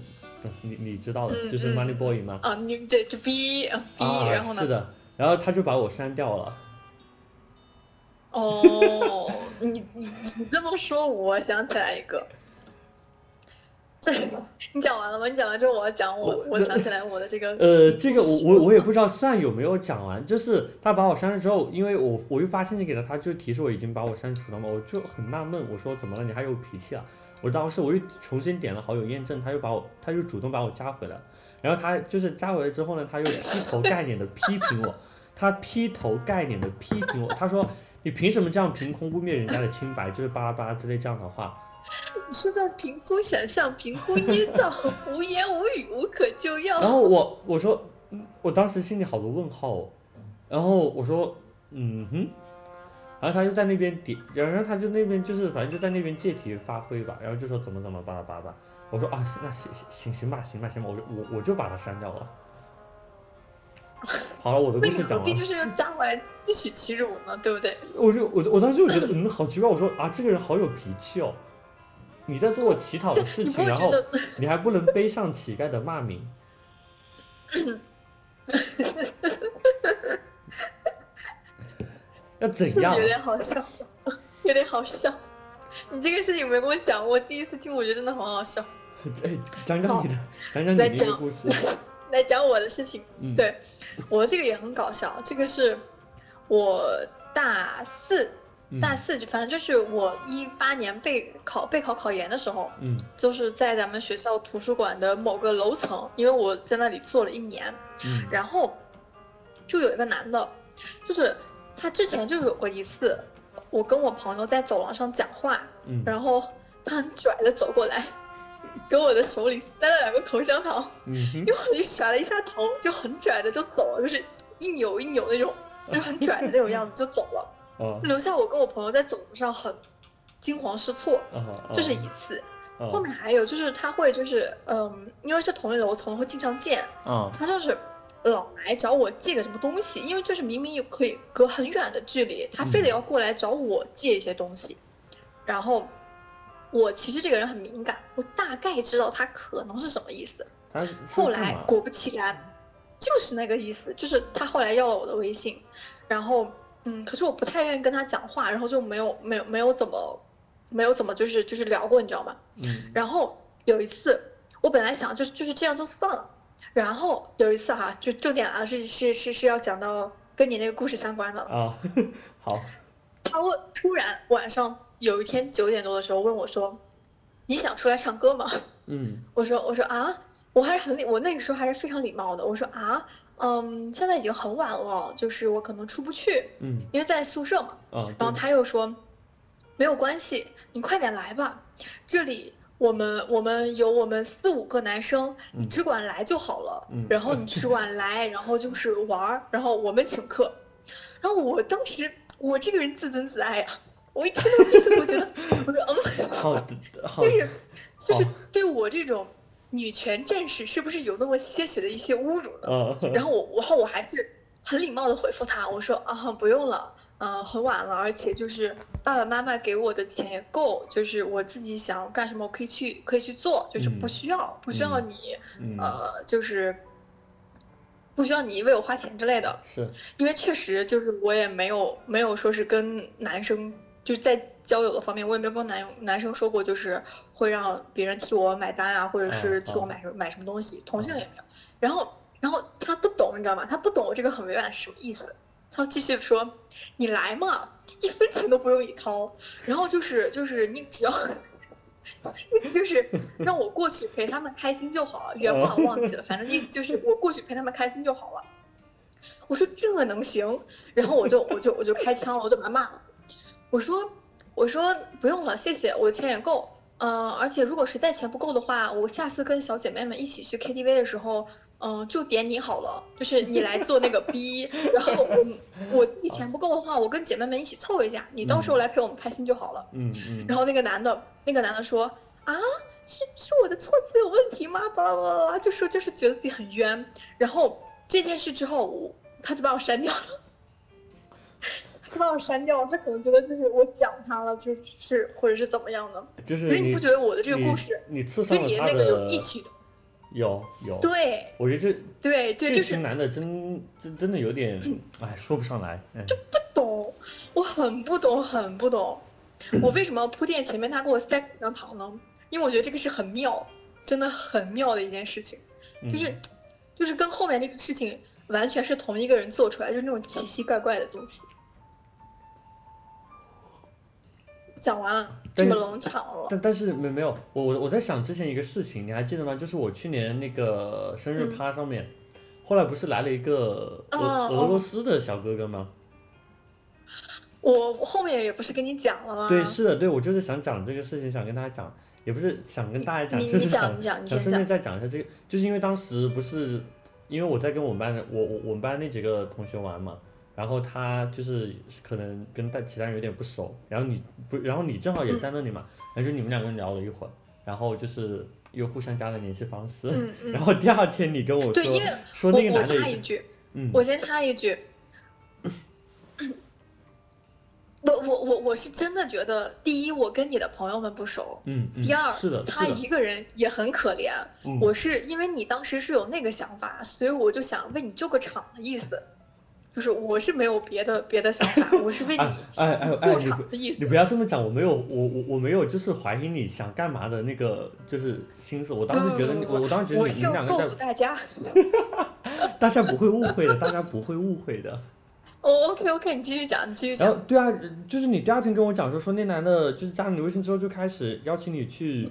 [SPEAKER 1] 你你知道的，
[SPEAKER 2] 嗯
[SPEAKER 1] 就是
[SPEAKER 2] 嗯
[SPEAKER 1] money boy 吗？
[SPEAKER 2] 啊，你这这逼啊逼，
[SPEAKER 1] 啊，
[SPEAKER 2] 然后
[SPEAKER 1] 是
[SPEAKER 2] 呢？
[SPEAKER 1] 的，然后他就把我删掉了。
[SPEAKER 2] 哦，你你你这么说，我想起来一个。这你讲完了吗？你讲完之后我要讲我，
[SPEAKER 1] 我
[SPEAKER 2] 我想起来我的这个
[SPEAKER 1] 呃，这个我我我也
[SPEAKER 2] 也
[SPEAKER 1] 不知道算有没有讲完，就是他把我删了之后，因为我我又发信息给了他，就提示我已经把我删除了嘛，我就很纳闷，我说怎么了？你还有脾气啊？我当时我又重新点了好友验证，他又把我他又主动把我加回来，然后他就是加回来之后呢，他又劈头盖脸的批评我，他劈头盖脸的批评我，他说你凭什么这样凭空污蔑人家的清白，就是巴拉巴拉之类这样的话。
[SPEAKER 2] 是在凭空想象、凭空捏造， 无言无语、无可救 药。
[SPEAKER 1] 然后我我说，嗯我当时心里好多问号、哦，
[SPEAKER 2] 嗯
[SPEAKER 1] 然后我说，嗯哼，然后他就在那边点，然后他就那边就是反正就在那边借题发挥吧，然后就说怎么怎么巴拉巴拉巴拉，我说啊行那行行行行吧行吧行吧，我就我我就把他删掉 了。好了，我的故
[SPEAKER 2] 那你
[SPEAKER 1] 事
[SPEAKER 2] 何
[SPEAKER 1] 讲啊完
[SPEAKER 2] 必
[SPEAKER 1] 了
[SPEAKER 2] 就，是要加回来自取其辱呢？对不对？
[SPEAKER 1] 我就我我当时就觉得 嗯好奇怪，我说啊这个人好有脾气哦，你在 做我乞讨的
[SPEAKER 2] 但
[SPEAKER 1] 事
[SPEAKER 2] 你不
[SPEAKER 1] 情，
[SPEAKER 2] 会
[SPEAKER 1] 然
[SPEAKER 2] 觉
[SPEAKER 1] 后
[SPEAKER 2] 得
[SPEAKER 1] 你还不能背上乞丐的骂名，要
[SPEAKER 2] 是
[SPEAKER 1] 怎样
[SPEAKER 2] 有？点好笑，有点好笑。你这个事情没跟我讲，我第一次听，我觉得真的很好笑。
[SPEAKER 1] 哎，讲讲你的，讲讲你
[SPEAKER 2] 来
[SPEAKER 1] 的一个
[SPEAKER 2] 讲
[SPEAKER 1] 故事。
[SPEAKER 2] 来讲我的事情，
[SPEAKER 1] 嗯，
[SPEAKER 2] 对我这个也很搞笑，这个是我大四，
[SPEAKER 1] 嗯，
[SPEAKER 2] 大四就反正就是我一八年备考备考考研的时候，
[SPEAKER 1] 嗯
[SPEAKER 2] 就是在咱们学校图书馆的某个楼层，因为我在那里做了一年，
[SPEAKER 1] 嗯
[SPEAKER 2] 然后就有一个男的，就是他之前就有过一次，我跟我朋友在走廊上讲话，
[SPEAKER 1] 嗯，
[SPEAKER 2] 然后他很拽的走过来，给我的手里塞了两个口香糖，
[SPEAKER 1] 嗯哼
[SPEAKER 2] 因为我就甩了一下头，就很拽的就走了，就是一扭一扭那种，就很拽的那种样子就走了，
[SPEAKER 1] 哦
[SPEAKER 2] 留下我跟我朋友在走廊上很惊慌失措，
[SPEAKER 1] 哦哦，
[SPEAKER 2] 这是一次。
[SPEAKER 1] 哦
[SPEAKER 2] 后面还有就是他会就是嗯，因为是同一楼层会经常见，
[SPEAKER 1] 哦
[SPEAKER 2] 他就是老来找我借个什么东西，因为就是明明可以隔很远的距离，他
[SPEAKER 1] 嗯
[SPEAKER 2] 非得要过来找我借一些东西。然后我其实这个人很敏感，我大概知道他可能是什么意思。
[SPEAKER 1] 他是
[SPEAKER 2] 后
[SPEAKER 1] 干
[SPEAKER 2] 来
[SPEAKER 1] 嘛
[SPEAKER 2] 果不其然，就是那个意思，就是他后来要了我的微信，然后嗯，可是我不太愿意跟他讲话，然后就没有没有没有怎么没有怎么就是就是聊过，你知道吗？
[SPEAKER 1] 嗯
[SPEAKER 2] 然后有一次，我本来想就就是这样就算了，然后有一次哈、就重点啊是是是是要讲到跟你那个故事相关的了。
[SPEAKER 1] 啊，好，
[SPEAKER 2] 他问突然晚上有一天九点多的时候问我说：“你想出来唱歌吗
[SPEAKER 1] 嗯？”
[SPEAKER 2] 我说我说啊，我还是很礼，我那个时候还是非常礼貌的。我说啊，嗯，现在已经很晚了，就是我可能出不去，
[SPEAKER 1] 嗯
[SPEAKER 2] 因为在宿舍嘛。
[SPEAKER 1] 啊，
[SPEAKER 2] 然后
[SPEAKER 1] 对
[SPEAKER 2] 他又说，没有关系，你快点来吧，这里我们我们有我们四五个男生，你
[SPEAKER 1] 嗯
[SPEAKER 2] 只管来就好了。
[SPEAKER 1] 嗯
[SPEAKER 2] 然后你只管来，然后就是玩儿，然后我们请客。然后我当时我这个人自尊自爱呀、啊我一听到这些，我觉 得我说嗯，
[SPEAKER 1] 好的好
[SPEAKER 2] 就是就是
[SPEAKER 1] 好
[SPEAKER 2] 对我这种女权战士是不是有那么些许的一些侮辱呢？
[SPEAKER 1] 啊，
[SPEAKER 2] 然后我，然后我还是很礼貌的回复他，我说啊，不用了，呃，很晚了，而且就是爸爸妈妈给我的钱也够，就是我自己想要干什么，我可以去，可以去做，就是不
[SPEAKER 1] 嗯
[SPEAKER 2] 需要，不需要
[SPEAKER 1] 嗯
[SPEAKER 2] 你，
[SPEAKER 1] 嗯
[SPEAKER 2] 呃，就是不需要你为我花钱之类的，
[SPEAKER 1] 是
[SPEAKER 2] 因为确实就是我也没有没有说是跟男生就是在交友的方面，我也没有跟男男生说过，就是会让别人替我买单啊，或者是替我买什么、买什么东西，同性也没有。然后然后他不懂，你知道吗？他不懂我这个很委婉是什么意思，他继续说你来嘛，一分钱都不用你掏，然后就是就是你只要。就是让我过去陪他们开心就好了，原话我忘记了，反正意思就是我过去陪他们开心就好了。我说这能行？然后我就我就我就开枪了，我就把他骂了。我说我说不用了，谢谢，我钱也够。嗯、而且如果实在钱不够的话，我下次跟小姐妹们一起去 KTV 的时候，嗯、就点你好了，就是你来做那个逼。然后我我自己钱不够的话，我跟姐妹们一起凑一下，你到时候来陪我们开心就好了。
[SPEAKER 1] 嗯嗯，
[SPEAKER 2] 然
[SPEAKER 1] 后
[SPEAKER 2] 后那个男的，那个男的说啊，是是我的措辞有问题吗？巴拉巴拉巴拉，就说就是觉得自己很冤。然后这件事之后，我他就把我删掉了， 他把我删掉了。他可能觉得就是我讲他了，就是或者是怎么样的。
[SPEAKER 1] 就
[SPEAKER 2] 可
[SPEAKER 1] 是
[SPEAKER 2] 是你不觉得我的这个故事
[SPEAKER 1] 你你刺伤
[SPEAKER 2] 跟
[SPEAKER 1] 了
[SPEAKER 2] 你的
[SPEAKER 1] 他
[SPEAKER 2] 那个有
[SPEAKER 1] 的哦
[SPEAKER 2] 异曲
[SPEAKER 1] 有有，
[SPEAKER 2] 对
[SPEAKER 1] 我觉得这
[SPEAKER 2] 对对，
[SPEAKER 1] 这
[SPEAKER 2] 就是嗯
[SPEAKER 1] 群男的真真真的有点，哎，说不上来，嗯，
[SPEAKER 2] 懂，我很不懂，很不懂。我为什么铺垫前面他给我塞口香糖呢？因为我觉得这个是很妙，真的很妙的一件事情，
[SPEAKER 1] 嗯
[SPEAKER 2] 就是、就是跟后面这个事情完全是同一个人做出来，就是那种奇奇怪怪的东西。讲完了，这
[SPEAKER 1] 但
[SPEAKER 2] 么
[SPEAKER 1] 是
[SPEAKER 2] 冷场了，
[SPEAKER 1] 但但是没没有，我我我在想之前一个事情，你还记得吗？就是我去年那个生日
[SPEAKER 2] 嗯
[SPEAKER 1] 趴上面，后来不是来了一个俄、
[SPEAKER 2] 哦
[SPEAKER 1] 俄罗
[SPEAKER 2] 哦
[SPEAKER 1] 斯的小哥哥吗？
[SPEAKER 2] 我后面也不是跟你讲了吗？
[SPEAKER 1] 对，是的，对我就是想讲这个事情，想跟大家讲，也不是想跟大家讲，
[SPEAKER 2] 你
[SPEAKER 1] 呃就
[SPEAKER 2] 你
[SPEAKER 1] 是
[SPEAKER 2] 讲
[SPEAKER 1] 想
[SPEAKER 2] 你讲你
[SPEAKER 1] 想
[SPEAKER 2] 先
[SPEAKER 1] 顺便
[SPEAKER 2] 讲，
[SPEAKER 1] 再讲一下这个，就是因为当时不是因为我在跟我们班的我我我们班那几个同学玩嘛，然后他就是可能跟大其他人有点不熟，然后你不然后你正好也在那里嘛，
[SPEAKER 2] 嗯
[SPEAKER 1] 然后就你们两个人聊了一会儿，然后就是又互相加了联系方式，
[SPEAKER 2] 嗯
[SPEAKER 1] 然
[SPEAKER 2] 嗯，
[SPEAKER 1] 后第二天你跟我
[SPEAKER 2] 对，
[SPEAKER 1] 说
[SPEAKER 2] 因为
[SPEAKER 1] 说那个
[SPEAKER 2] 我我
[SPEAKER 1] 男的
[SPEAKER 2] 插
[SPEAKER 1] 已
[SPEAKER 2] 一
[SPEAKER 1] 经，
[SPEAKER 2] 句，
[SPEAKER 1] 嗯，
[SPEAKER 2] 我先插一句，我我我我是真的觉得，第一，我跟你的朋友们不熟；
[SPEAKER 1] 嗯嗯，
[SPEAKER 2] 第二，
[SPEAKER 1] 是的，
[SPEAKER 2] 他
[SPEAKER 1] 是的，
[SPEAKER 2] 一个人也很可怜。
[SPEAKER 1] 嗯
[SPEAKER 2] 我是因为你当时是有那个想法，所以我就想为你救个场的意思，就是我是没有别的别的想法，我是为你
[SPEAKER 1] 哎哎哎哎，
[SPEAKER 2] 救
[SPEAKER 1] 你不
[SPEAKER 2] 场的意思
[SPEAKER 1] 你。不要这么讲，我没有，我我我没有，就是怀疑你想干嘛的那个就是心思。我当时觉得你，
[SPEAKER 2] 不不不
[SPEAKER 1] 我我当时觉得
[SPEAKER 2] 呃我
[SPEAKER 1] 你你
[SPEAKER 2] 是
[SPEAKER 1] 们
[SPEAKER 2] 要
[SPEAKER 1] 两
[SPEAKER 2] 告
[SPEAKER 1] 个
[SPEAKER 2] 诉
[SPEAKER 1] 在，
[SPEAKER 2] 大家，
[SPEAKER 1] 大家不会误会的，大家不会误会的。
[SPEAKER 2] 哦，OK OK，你继续讲，你继续
[SPEAKER 1] 然后
[SPEAKER 2] 讲。
[SPEAKER 1] 对啊，就是你第二天跟我讲说，说那男的就是加了你微信之后就开始邀请你去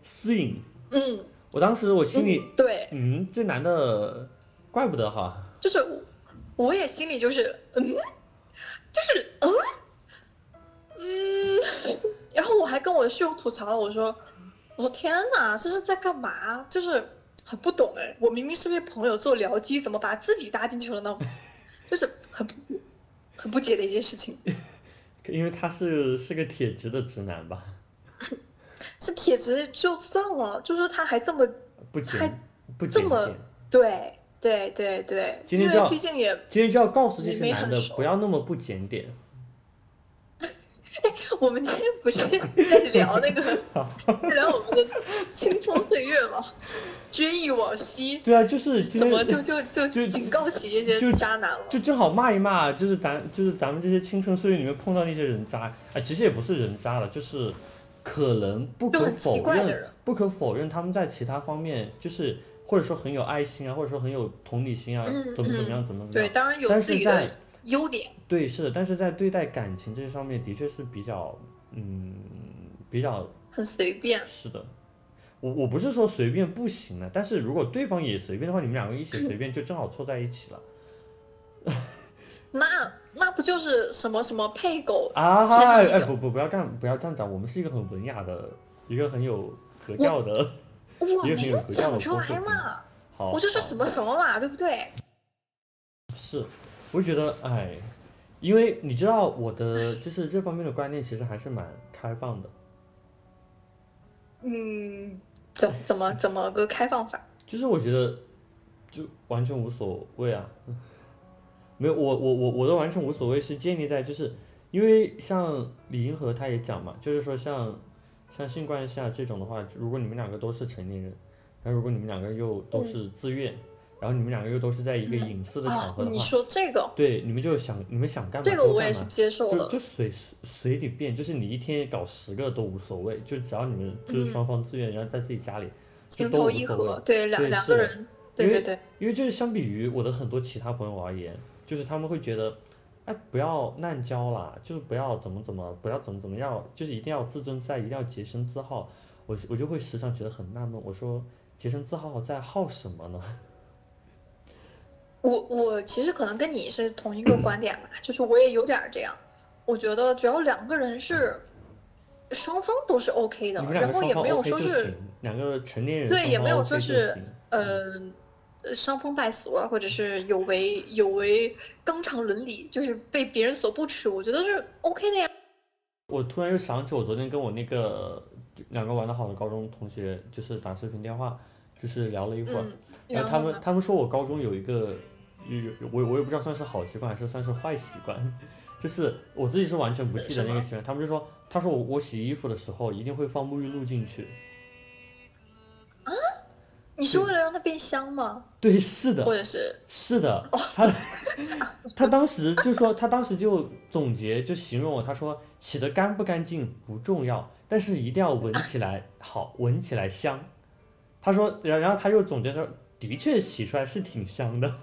[SPEAKER 1] 私隐，
[SPEAKER 2] 嗯，
[SPEAKER 1] 我当时我心里，
[SPEAKER 2] 嗯，对，
[SPEAKER 1] 嗯，这男的怪不得哈，
[SPEAKER 2] 就是我我也心里就是嗯，就是嗯嗯，然后我还跟我的室友吐槽了，我说我天哪，这是在干嘛？就是很不懂哎，我明明是为朋友做僚机，怎么把自己搭进去了呢？ 就是很不很不解的一件事情，
[SPEAKER 1] 因为他是是个铁直的直男吧，
[SPEAKER 2] 是铁直就算了，就是他还这么
[SPEAKER 1] 不检
[SPEAKER 2] 还
[SPEAKER 1] 不
[SPEAKER 2] 这
[SPEAKER 1] 检
[SPEAKER 2] 么
[SPEAKER 1] 点。
[SPEAKER 2] 对对对对，
[SPEAKER 1] 今
[SPEAKER 2] 因
[SPEAKER 1] 天就
[SPEAKER 2] 为
[SPEAKER 1] 要
[SPEAKER 2] 毕竟也
[SPEAKER 1] 今天就要告诉这
[SPEAKER 2] 你
[SPEAKER 1] 些
[SPEAKER 2] 没
[SPEAKER 1] 男
[SPEAKER 2] 很
[SPEAKER 1] 的
[SPEAKER 2] 熟
[SPEAKER 1] 不要那么不检点。
[SPEAKER 2] 我们今天不是在聊那个，在聊我们的青葱岁月吗？追忆往昔，
[SPEAKER 1] 对啊， 就是今
[SPEAKER 2] 怎
[SPEAKER 1] 天
[SPEAKER 2] 么就就就
[SPEAKER 1] 就
[SPEAKER 2] 警告起这
[SPEAKER 1] 就
[SPEAKER 2] 些渣男了？
[SPEAKER 1] 就正好骂一骂，就是咱就是咱们这些青春岁月里面碰到那些人渣，哎，其实也不是人渣了，就是可能不可
[SPEAKER 2] 就很奇
[SPEAKER 1] 否
[SPEAKER 2] 怪的
[SPEAKER 1] 认，
[SPEAKER 2] 人，
[SPEAKER 1] 不可否认他们在其他方面就是或者说很有爱心啊，或者说很有同理心啊，
[SPEAKER 2] 嗯
[SPEAKER 1] 怎么怎么样怎么怎么
[SPEAKER 2] 对，
[SPEAKER 1] 样，
[SPEAKER 2] 当然有
[SPEAKER 1] 但
[SPEAKER 2] 自
[SPEAKER 1] 是
[SPEAKER 2] 己
[SPEAKER 1] 在
[SPEAKER 2] 的优点，
[SPEAKER 1] 对是的，但是在对待感情这上面的确是比较嗯比较
[SPEAKER 2] 很随便。
[SPEAKER 1] 是的。我我不是说随便不行了，但是如果对方也随便的话，你们两个一起随便就正好凑在一起了
[SPEAKER 2] 那那不就是什么什么配狗？
[SPEAKER 1] 啊！
[SPEAKER 2] 是这
[SPEAKER 1] 哎
[SPEAKER 2] 一
[SPEAKER 1] 哎，不
[SPEAKER 2] 种
[SPEAKER 1] 不不要干，不要这样讲，我们是一个很文雅的，一个很有格调的。
[SPEAKER 2] 我
[SPEAKER 1] 也很
[SPEAKER 2] 没
[SPEAKER 1] 有
[SPEAKER 2] 有
[SPEAKER 1] 不一样的
[SPEAKER 2] 讲出
[SPEAKER 1] 风格
[SPEAKER 2] 来嘛，
[SPEAKER 1] 好，
[SPEAKER 2] 我就说
[SPEAKER 1] 哦好
[SPEAKER 2] 什么什么嘛，对不对？
[SPEAKER 1] 是，我就觉得哎，因为你知道我的就是这方面的观念其实还是蛮开放的，
[SPEAKER 2] 嗯，怎怎么怎么个开放法？
[SPEAKER 1] 就是我觉得就完全无所谓啊。没有，我我我我的完全无所谓是建立在就是因为像李银河他也讲嘛，就是说像像性关系啊这种的话，如果你们两个都是成年人，然后如果你们两个又都是自愿，然后你们两个又都是在一个
[SPEAKER 2] 嗯
[SPEAKER 1] 隐私的场
[SPEAKER 2] 啊
[SPEAKER 1] 合，的话，
[SPEAKER 2] 你说这个，
[SPEAKER 1] 对，你们就想你们想干嘛
[SPEAKER 2] 这个
[SPEAKER 1] 就
[SPEAKER 2] 我
[SPEAKER 1] 干
[SPEAKER 2] 也
[SPEAKER 1] 嘛
[SPEAKER 2] 是接受
[SPEAKER 1] 就
[SPEAKER 2] 的。
[SPEAKER 1] 就随随你便，就是你一天搞十个都无所谓，就只要你们就是
[SPEAKER 2] 嗯
[SPEAKER 1] 双方自愿，然后在自己家里，
[SPEAKER 2] 情
[SPEAKER 1] 都
[SPEAKER 2] 投
[SPEAKER 1] 无
[SPEAKER 2] 意
[SPEAKER 1] 所
[SPEAKER 2] 合
[SPEAKER 1] 谓，
[SPEAKER 2] 对两
[SPEAKER 1] 对
[SPEAKER 2] 两
[SPEAKER 1] 是
[SPEAKER 2] 个
[SPEAKER 1] 的
[SPEAKER 2] 人，对
[SPEAKER 1] 因
[SPEAKER 2] 对
[SPEAKER 1] 为
[SPEAKER 2] 对，
[SPEAKER 1] 因为就是相比于我的很多其他朋友而言，就是他们会觉得，哎，不要滥交啦，就是不要怎么怎么，不要怎么怎么样，就是一定要自尊在，一定要洁身自好。我我就会时常觉得很纳闷，我说洁身自好在好什么 呢？
[SPEAKER 2] 我我其实可能跟你是同一
[SPEAKER 1] 嗯
[SPEAKER 2] 个观点吧，就是我也有点儿这样，我觉得只要两个人是双方都是 OK 的
[SPEAKER 1] 你，们两
[SPEAKER 2] 然
[SPEAKER 1] 个
[SPEAKER 2] 后
[SPEAKER 1] 双
[SPEAKER 2] 也
[SPEAKER 1] 方
[SPEAKER 2] 没有
[SPEAKER 1] OK
[SPEAKER 2] 说
[SPEAKER 1] 就是行，两个成年人
[SPEAKER 2] 对
[SPEAKER 1] 双
[SPEAKER 2] 也
[SPEAKER 1] 方
[SPEAKER 2] 没有
[SPEAKER 1] OK
[SPEAKER 2] 说
[SPEAKER 1] 就是行
[SPEAKER 2] 呃
[SPEAKER 1] 嗯
[SPEAKER 2] 呃伤风败俗啊，或者是有违有违纲常伦理，就是被别人所不齿，我觉得是 OK 的呀。
[SPEAKER 1] 我突然又想起我昨天跟我那个两个玩的好的高中同学，就是打视频电话，就是聊了一会儿。
[SPEAKER 2] 嗯，
[SPEAKER 1] 然哎
[SPEAKER 2] 然
[SPEAKER 1] 后他们
[SPEAKER 2] 呢
[SPEAKER 1] 他们说我高中有一个，有有我我也不知道算是好习惯还是算是坏习惯，就是我自己是完全不记得那个习惯。他们就说，他说我我洗衣服的时候一定会放沐浴露进去。啊？
[SPEAKER 2] 你是为了让它变香吗？
[SPEAKER 1] 对，是的，
[SPEAKER 2] 或者是
[SPEAKER 1] 是的，
[SPEAKER 2] 哦
[SPEAKER 1] 他他当时就说，他当时就总结就形容我，他说洗的干不干净不重要，但是一定要闻起来好，闻起来香。他说，然然后他又总结说，的确洗出来是挺香的。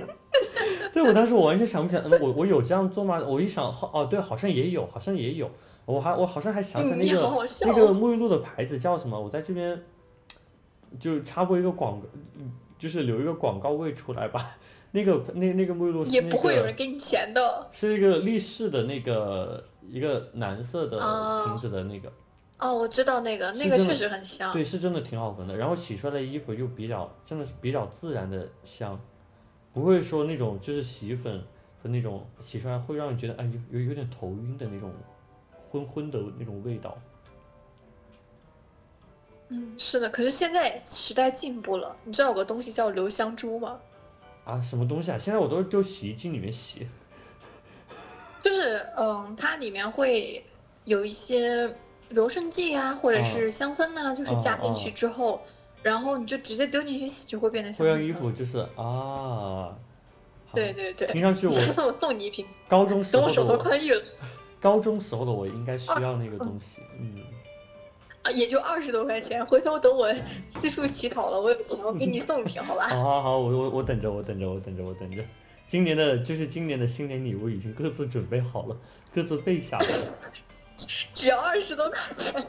[SPEAKER 1] 对，我当时我完全想不起来，嗯我我有这样做吗？我一想，哦，对，好像也有，好像也有，我还我好像还想起来
[SPEAKER 2] 嗯，
[SPEAKER 1] 那
[SPEAKER 2] 你
[SPEAKER 1] 个
[SPEAKER 2] 好好笑
[SPEAKER 1] 那个
[SPEAKER 2] 哦。
[SPEAKER 1] 沐浴露的牌子叫什么？我在这边就插播一个广告，嗯就是留一个广告位出来吧。那个那那个沐浴露是
[SPEAKER 2] 也
[SPEAKER 1] 那
[SPEAKER 2] 不会有人
[SPEAKER 1] 个
[SPEAKER 2] 给你钱的
[SPEAKER 1] 是一个立式的那个一个蓝色的
[SPEAKER 2] 啊
[SPEAKER 1] 瓶子的那个，
[SPEAKER 2] 哦，我知道那个，那
[SPEAKER 1] 是
[SPEAKER 2] 个
[SPEAKER 1] 这
[SPEAKER 2] 确
[SPEAKER 1] 样
[SPEAKER 2] 实很香。
[SPEAKER 1] 对，是真的挺好闻的。然后洗出来的衣服又比较真的是比较自然的香，不会说那种就是洗衣粉的那种洗出来会让你觉得哎有有有点头晕的那种昏昏的那种味道。
[SPEAKER 2] 嗯，是的。可是现在时代进步了，你知道有个东西叫留香珠吗？
[SPEAKER 1] 啊，什么东西啊！现在我都是丢洗衣机里面洗。
[SPEAKER 2] 就是嗯，它里面会有一些柔顺剂啊，或者
[SPEAKER 1] 啊
[SPEAKER 2] 是香氛呐、就是
[SPEAKER 1] 啊
[SPEAKER 2] 加进
[SPEAKER 1] 啊
[SPEAKER 2] 去之后，然后你就直接丢进去洗，就会变得香
[SPEAKER 1] 会让
[SPEAKER 2] 喷
[SPEAKER 1] 衣
[SPEAKER 2] 喷。
[SPEAKER 1] 服就是啊，好
[SPEAKER 2] 对，对对，
[SPEAKER 1] 听上去我
[SPEAKER 2] 下次我送你 一瓶，
[SPEAKER 1] 高中时
[SPEAKER 2] 等
[SPEAKER 1] 候
[SPEAKER 2] 我手
[SPEAKER 1] 的
[SPEAKER 2] 头哦
[SPEAKER 1] 我，
[SPEAKER 2] 宽裕了
[SPEAKER 1] 高中时候的我应该需要那个东西，嗯，
[SPEAKER 2] 啊，也就二十多块钱，回头等我四处乞讨了，我有钱我给你送一瓶，好吧？
[SPEAKER 1] 好好好，我我我等着，我等着，我等着，我等着。今年的就是今年的新年礼物已经各自准备好了，各自备下来了。
[SPEAKER 2] 只要二十多块钱。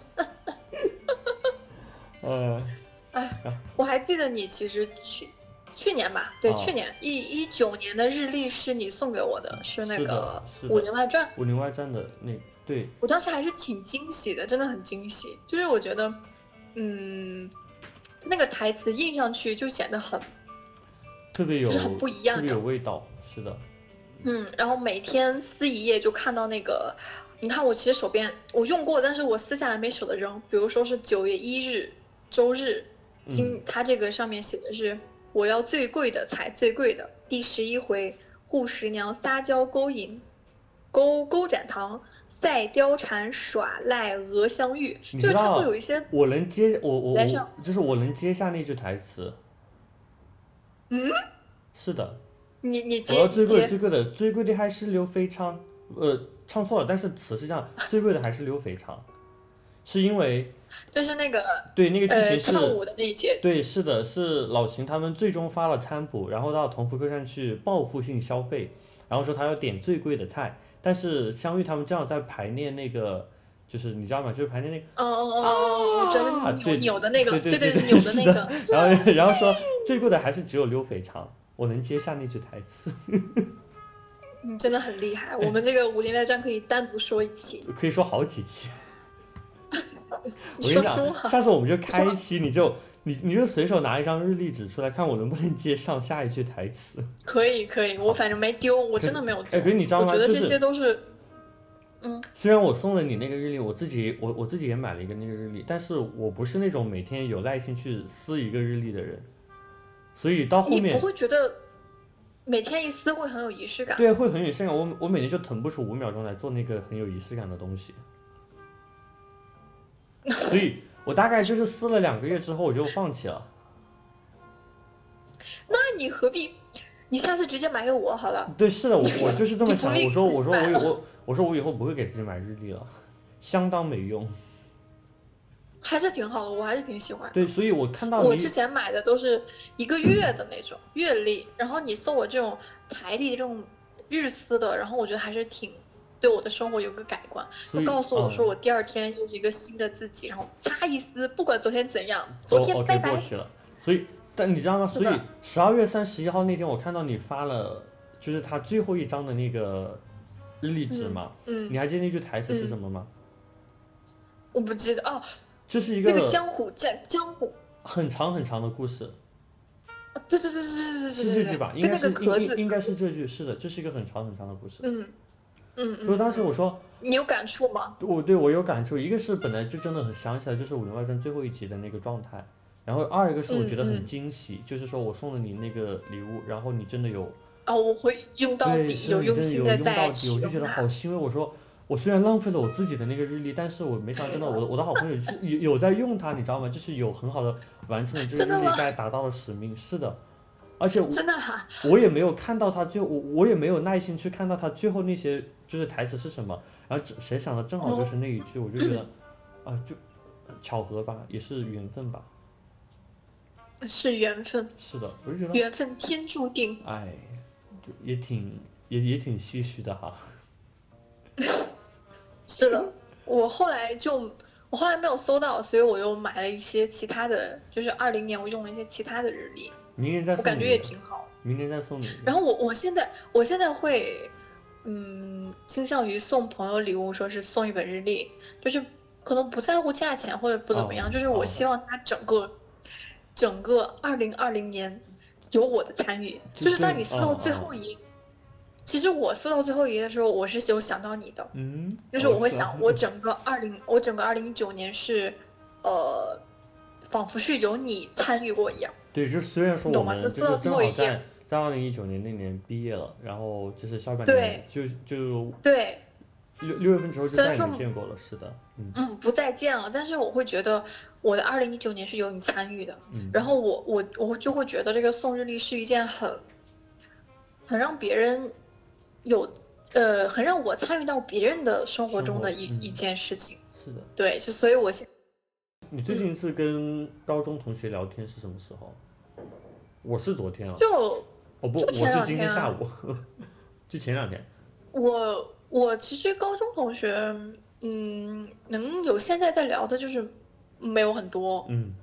[SPEAKER 1] 呃，
[SPEAKER 2] 哎我还记得你其实去去年吧，对，
[SPEAKER 1] 啊
[SPEAKER 2] 去年一一九年的日历是你送给我的，是那
[SPEAKER 1] 是的
[SPEAKER 2] 个
[SPEAKER 1] 是
[SPEAKER 2] 《
[SPEAKER 1] 的
[SPEAKER 2] 武林外传》，
[SPEAKER 1] 《武林外传》的那对
[SPEAKER 2] 我当时还是挺惊喜的，真的很惊喜。就是我觉得，嗯，那个台词印上去就显得很，
[SPEAKER 1] 特别有
[SPEAKER 2] 就是很不一样
[SPEAKER 1] 特别
[SPEAKER 2] 的
[SPEAKER 1] 有味道，是的，
[SPEAKER 2] 嗯，然后每天撕一页就看到那个。你看，我其实手边我用过，但是我撕下来没舍得扔。比如说是九月一日，周日，
[SPEAKER 1] 嗯
[SPEAKER 2] 今它这个上面写的是我要最贵的才最贵的。第十一回，护十娘撒娇勾引，勾勾展堂，赛貂蝉耍赖娥相遇，
[SPEAKER 1] 你
[SPEAKER 2] 就是
[SPEAKER 1] 知
[SPEAKER 2] 它
[SPEAKER 1] 道啊
[SPEAKER 2] 会有一些
[SPEAKER 1] 我能接我我
[SPEAKER 2] 来上
[SPEAKER 1] 我就是我能接下那句台词，
[SPEAKER 2] 嗯，
[SPEAKER 1] 是的，
[SPEAKER 2] 你你
[SPEAKER 1] 我要最
[SPEAKER 2] 接你
[SPEAKER 1] 贵的
[SPEAKER 2] 接
[SPEAKER 1] 最贵的最贵的还是刘肥肠，呃，唱错了，但是词是 这样，最贵的还是刘肥肠，是因为
[SPEAKER 2] 就是那个
[SPEAKER 1] 对那个剧
[SPEAKER 2] 呃
[SPEAKER 1] 情是，
[SPEAKER 2] 唱舞的那一节，
[SPEAKER 1] 对，是的，是老秦他们最终发了餐谱，然后到同福客栈去报复性消费，然后说他要点最贵的菜，但是香玉他们正好在排练那个，就是你知道吗？就是排练那个。
[SPEAKER 2] 嗯嗯嗯嗯嗯，真的扭
[SPEAKER 1] 啊对
[SPEAKER 2] 扭的那个，
[SPEAKER 1] 对
[SPEAKER 2] 对
[SPEAKER 1] 对
[SPEAKER 2] 扭的
[SPEAKER 1] 是
[SPEAKER 2] 那个，
[SPEAKER 1] 然 后然后说最贵的还是只有溜肥肠，我能接下那句台词，
[SPEAKER 2] 你嗯真的很厉害。我们这个《武林外传》可以单独说一期，
[SPEAKER 1] 可以说好几期。我
[SPEAKER 2] 你
[SPEAKER 1] 跟你
[SPEAKER 2] 说书
[SPEAKER 1] 讲，
[SPEAKER 2] 哈。
[SPEAKER 1] 下次我们就开一期，你就你你就随手拿一张日历纸出来看，我能不能接上下一句台 词。
[SPEAKER 2] 可以可以，我反正没丢，我真的没有丢。
[SPEAKER 1] 哎，可是你知道
[SPEAKER 2] 我
[SPEAKER 1] 吗？
[SPEAKER 2] 觉得
[SPEAKER 1] 就
[SPEAKER 2] 这些
[SPEAKER 1] 是
[SPEAKER 2] 都是
[SPEAKER 1] 虽然我送了你那个日历，我自己我我自己也买了一个那个日历，但是我不是那种每天有耐心去撕一个日历的人，所以到后
[SPEAKER 2] 你
[SPEAKER 1] 面
[SPEAKER 2] 不会觉啊得每天一撕会很有仪式感。
[SPEAKER 1] 对会很有仪式感。我我每天就腾不出五秒钟来做那个很有仪式感的东 西，所以我大概就是撕了两个月之后我就放弃了。
[SPEAKER 2] 那你何必？你下次直接买给我好了。
[SPEAKER 1] 对，是的，我我就是这么
[SPEAKER 2] 你不
[SPEAKER 1] 想的。
[SPEAKER 2] 立
[SPEAKER 1] 我说我说我以后我说我以后不会给自己买日历了，相当没用。
[SPEAKER 2] 还是挺好的，我还是挺喜欢的。
[SPEAKER 1] 对，所以我看到
[SPEAKER 2] 我
[SPEAKER 1] 你
[SPEAKER 2] 之前买的都是一个月的那种月历，然后你送我这种台历这种日撕的，然后我觉得还是挺对我的生活有个改观。
[SPEAKER 1] 所
[SPEAKER 2] 我
[SPEAKER 1] 以
[SPEAKER 2] 告诉我说，
[SPEAKER 1] 嗯
[SPEAKER 2] 我第二天又是一个新的自己，然后擦一撕，不管昨天怎样，昨
[SPEAKER 1] 哦
[SPEAKER 2] 天
[SPEAKER 1] 哦
[SPEAKER 2] 拜
[SPEAKER 1] 对过
[SPEAKER 2] 拜。
[SPEAKER 1] 去了。所以但你知道吗？所
[SPEAKER 2] 是
[SPEAKER 1] 以
[SPEAKER 2] 的
[SPEAKER 1] 十二月三十一号那天，我看到你发了就是他最后一张的那个日历纸嘛，
[SPEAKER 2] 嗯，
[SPEAKER 1] 你还记得那句台词是
[SPEAKER 2] 嗯
[SPEAKER 1] 什么吗？
[SPEAKER 2] 我不记得哦，
[SPEAKER 1] 这是一
[SPEAKER 2] 那个江湖江江湖，
[SPEAKER 1] 很长很长的故事，
[SPEAKER 2] 啊对对对对对
[SPEAKER 1] 是
[SPEAKER 2] 对
[SPEAKER 1] 这
[SPEAKER 2] 对
[SPEAKER 1] 句
[SPEAKER 2] 对
[SPEAKER 1] 吧？
[SPEAKER 2] 对，
[SPEAKER 1] 应
[SPEAKER 2] 跟
[SPEAKER 1] 该
[SPEAKER 2] 那
[SPEAKER 1] 是
[SPEAKER 2] 个壳
[SPEAKER 1] 应应
[SPEAKER 2] 子，
[SPEAKER 1] 应该是这句，是的，这是一个很长很长的故事。
[SPEAKER 2] 嗯嗯
[SPEAKER 1] 所以
[SPEAKER 2] 嗯，
[SPEAKER 1] 当时我说，
[SPEAKER 2] 你有感触吗？
[SPEAKER 1] 我对我有感触，一个是本来就真的很想起来，就是《武林外传》最后一集的那个状态，然后二一个是我觉得
[SPEAKER 2] 嗯
[SPEAKER 1] 很
[SPEAKER 2] 嗯
[SPEAKER 1] 惊喜，就是说我送了你那个礼物，然后你真的有
[SPEAKER 2] 哦，我会用到
[SPEAKER 1] 对，
[SPEAKER 2] 底，
[SPEAKER 1] 是你真
[SPEAKER 2] 用
[SPEAKER 1] 的
[SPEAKER 2] 心
[SPEAKER 1] 有
[SPEAKER 2] 的
[SPEAKER 1] 用到
[SPEAKER 2] 在
[SPEAKER 1] 底，
[SPEAKER 2] 使
[SPEAKER 1] 我就觉
[SPEAKER 2] 用
[SPEAKER 1] 得
[SPEAKER 2] 它。
[SPEAKER 1] 好欣慰。我说我虽然浪费了我自己的那个日历，但是我没想到，真的，我的我的好朋友是有有在用它，你知道吗？就是有很好的完成了这
[SPEAKER 2] 真
[SPEAKER 1] 个
[SPEAKER 2] 的
[SPEAKER 1] 日历
[SPEAKER 2] 吗
[SPEAKER 1] 该达到的使命。是的，而且我
[SPEAKER 2] 真的啊哈、
[SPEAKER 1] 我也没有看到他最后，我我也没有耐心去看到他最后那些就是台词是什么，然后只谁想的正好
[SPEAKER 2] 哦
[SPEAKER 1] 就是那一句，我就觉得，啊，就巧合吧，也是缘分吧，
[SPEAKER 2] 是缘分，
[SPEAKER 1] 是的，我就觉得，
[SPEAKER 2] 缘分天注定。
[SPEAKER 1] 哎，就也挺也也挺唏嘘的哈，
[SPEAKER 2] 是的，我后来就我后来没有搜到，所以我又买了一些其他的，就是二零年我用了一些其他的日历，
[SPEAKER 1] 明年再
[SPEAKER 2] 我
[SPEAKER 1] 送
[SPEAKER 2] 感
[SPEAKER 1] 你
[SPEAKER 2] 觉
[SPEAKER 1] 一
[SPEAKER 2] 也
[SPEAKER 1] 个，
[SPEAKER 2] 挺好。
[SPEAKER 1] 明年再送你一个，
[SPEAKER 2] 然后我我现在我现在会，嗯，倾向于送朋友礼物，说是送一本日历，就是可能不在乎价钱或者不怎么样，
[SPEAKER 1] 哦
[SPEAKER 2] 就是
[SPEAKER 1] 哦
[SPEAKER 2] 我希望他整个、整个二零二零年有我的参与，
[SPEAKER 1] 就
[SPEAKER 2] 就是当
[SPEAKER 1] 对
[SPEAKER 2] 你撕到
[SPEAKER 1] 哦
[SPEAKER 2] 最
[SPEAKER 1] 哦
[SPEAKER 2] 后一页，其实我撕到最后一页的时候，我是有想到你的，
[SPEAKER 1] 嗯，
[SPEAKER 2] 就是我会
[SPEAKER 1] 啊
[SPEAKER 2] 想，我整个二零，我整个二零一九年是，呃，仿佛是有你参与过一样。
[SPEAKER 1] 对，就是虽然说
[SPEAKER 2] 你
[SPEAKER 1] 我
[SPEAKER 2] 懂吗
[SPEAKER 1] 们
[SPEAKER 2] 就
[SPEAKER 1] 就是是
[SPEAKER 2] 到最
[SPEAKER 1] 正
[SPEAKER 2] 后
[SPEAKER 1] 好
[SPEAKER 2] 一
[SPEAKER 1] 在
[SPEAKER 2] 页
[SPEAKER 1] 在二零一九年那年毕业了，然后就是下半年就就
[SPEAKER 2] 对，
[SPEAKER 1] 六六月份之后就
[SPEAKER 2] 虽然
[SPEAKER 1] 再也没
[SPEAKER 2] 说
[SPEAKER 1] 见过了，是的，嗯
[SPEAKER 2] 嗯，不再见了。但是我会觉得我的二零一九年是有你参与的，
[SPEAKER 1] 嗯，
[SPEAKER 2] 然后我我我就会觉得这个送日历是一件很，很让别人有，呃，很让我参与到别人的生活
[SPEAKER 1] 生
[SPEAKER 2] 中
[SPEAKER 1] 活
[SPEAKER 2] 的一、
[SPEAKER 1] 嗯
[SPEAKER 2] 一件事情。
[SPEAKER 1] 是的。
[SPEAKER 2] 对，就所以我现
[SPEAKER 1] 你最近一次跟高中同学聊天是什么时候？我是昨天啊，
[SPEAKER 2] 就
[SPEAKER 1] 哦不，
[SPEAKER 2] 就
[SPEAKER 1] 我
[SPEAKER 2] 前
[SPEAKER 1] 是
[SPEAKER 2] 两
[SPEAKER 1] 今天
[SPEAKER 2] 天啊
[SPEAKER 1] 下午， 就前两天。
[SPEAKER 2] 我我其实高中同学，嗯，能有现在在聊的，就是没有很多，
[SPEAKER 1] 嗯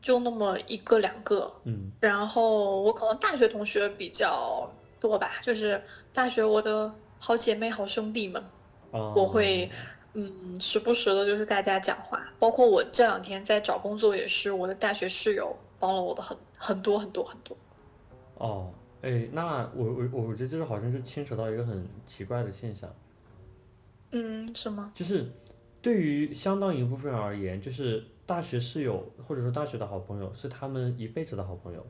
[SPEAKER 2] 就那么一个两个。
[SPEAKER 1] 嗯
[SPEAKER 2] 然后我可能大学同学比较多吧，就是大学我的好姐妹、好兄弟们，
[SPEAKER 1] 啊，
[SPEAKER 2] 我会嗯时不时的就是大家讲话，包括我这两天在找工作也是，我的大学室友帮了我的很很多很多很多。
[SPEAKER 1] 哦，哎，那我我我我觉得这个好像就牵扯到一个很奇怪的现象，
[SPEAKER 2] 嗯，什么？
[SPEAKER 1] 就是对于相当一部分人而言，就是大学室友或者说大学的好朋友是他们一辈子的好朋友，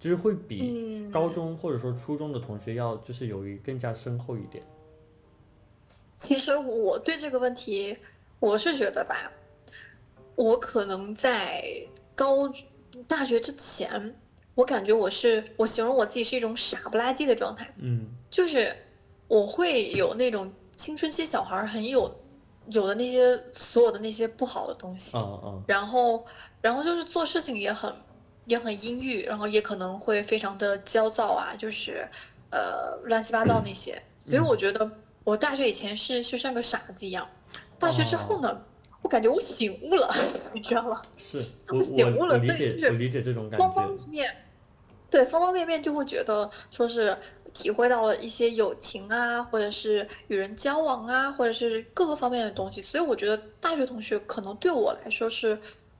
[SPEAKER 1] 就是会比
[SPEAKER 2] 嗯，
[SPEAKER 1] 高中或者说初中的同学要就是友谊更加深厚一点。
[SPEAKER 2] 其实我对这个问题，我是觉得吧，我可能在高大学之前，我感觉我是我形容我自己是一种傻不拉几的状态，
[SPEAKER 1] 嗯
[SPEAKER 2] 就是我会有那种青春期小孩儿很有有的那些所有的那些不好的东西
[SPEAKER 1] 啊，啊
[SPEAKER 2] 然后然后就是做事情也很也很阴郁，然后也可能会非常的焦躁啊，就是呃乱七八糟那些。所以我觉得我大学以前是就像个傻子一样，大学之后呢，我感觉我醒悟了， 你知道吗？
[SPEAKER 1] 是
[SPEAKER 2] 我
[SPEAKER 1] 我
[SPEAKER 2] 醒
[SPEAKER 1] 我
[SPEAKER 2] 悟
[SPEAKER 1] 我
[SPEAKER 2] 了
[SPEAKER 1] 理
[SPEAKER 2] 所以
[SPEAKER 1] 解
[SPEAKER 2] 就是
[SPEAKER 1] 我理解这种感
[SPEAKER 2] 方方
[SPEAKER 1] 觉，
[SPEAKER 2] 面面，对方方面面就会觉得说是体会到了一些友情啊，或者是与人交往啊，或者是各个方面的东西。所以我觉得大学同学可能对我来说是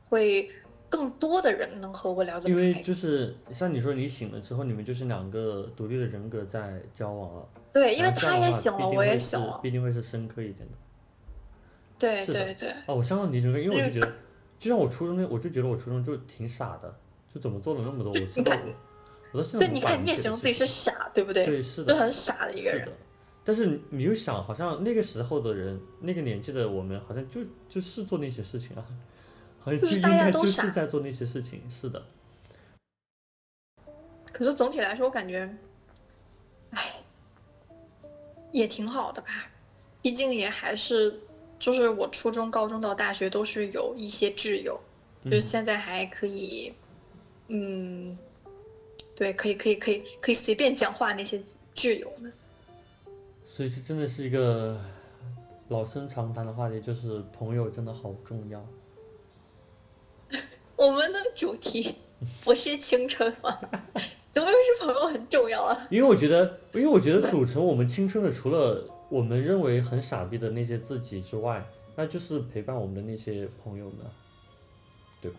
[SPEAKER 2] 会更多的人能和我聊得
[SPEAKER 1] 因为
[SPEAKER 2] 来。
[SPEAKER 1] 就是像你说你醒了之后，你们就是两个独立的人格在交往了，
[SPEAKER 2] 对，因为
[SPEAKER 1] 然后这样
[SPEAKER 2] 他
[SPEAKER 1] 的
[SPEAKER 2] 也
[SPEAKER 1] 话
[SPEAKER 2] 醒
[SPEAKER 1] 必定
[SPEAKER 2] 了，我
[SPEAKER 1] 会
[SPEAKER 2] 也
[SPEAKER 1] 是
[SPEAKER 2] 醒了。
[SPEAKER 1] 必定会是深刻一点的。
[SPEAKER 2] 对
[SPEAKER 1] 是的
[SPEAKER 2] 对对，
[SPEAKER 1] 哦，我相信你这个，因为我
[SPEAKER 2] 就
[SPEAKER 1] 就觉得，就像我初中那，我就觉得我初中就挺傻的，就怎么做了那么多，我
[SPEAKER 2] 你
[SPEAKER 1] 知道
[SPEAKER 2] 看
[SPEAKER 1] 我，我到现在
[SPEAKER 2] 对，
[SPEAKER 1] 无
[SPEAKER 2] 你
[SPEAKER 1] 法
[SPEAKER 2] 看
[SPEAKER 1] 理
[SPEAKER 2] 你也
[SPEAKER 1] 解
[SPEAKER 2] 形
[SPEAKER 1] 的
[SPEAKER 2] 容
[SPEAKER 1] 事
[SPEAKER 2] 自己是
[SPEAKER 1] 情
[SPEAKER 2] 傻，对不对？
[SPEAKER 1] 对，是
[SPEAKER 2] 就
[SPEAKER 1] 的，
[SPEAKER 2] 很傻的一个
[SPEAKER 1] 是
[SPEAKER 2] 人
[SPEAKER 1] 的。。但是你又想，好像那个时候的人，那个年纪的我们，好像就就是做那些事情啊，好像
[SPEAKER 2] 就
[SPEAKER 1] 就是应
[SPEAKER 2] 大家
[SPEAKER 1] 该
[SPEAKER 2] 都
[SPEAKER 1] 就
[SPEAKER 2] 傻
[SPEAKER 1] 是在做那些事情，是的。
[SPEAKER 2] 可是总体来说，我感觉，哎，也挺好的吧。毕竟也还是，就是我初中、高中到大学都是有一些挚友，
[SPEAKER 1] 嗯
[SPEAKER 2] 就是现在还可以，嗯，对，可以可以可以可以随便讲话那些挚友们。
[SPEAKER 1] 所以这真的是一个老生常谈的话题，就是朋友真的好重要。
[SPEAKER 2] 我们的主题 不是青春吗？怎么又是朋友很重要啊？
[SPEAKER 1] 因为我觉得，因为我觉得组成我们青春的，除了我们认为很傻逼的那些自己之外，那就是陪伴我们的那些朋友们，对吧？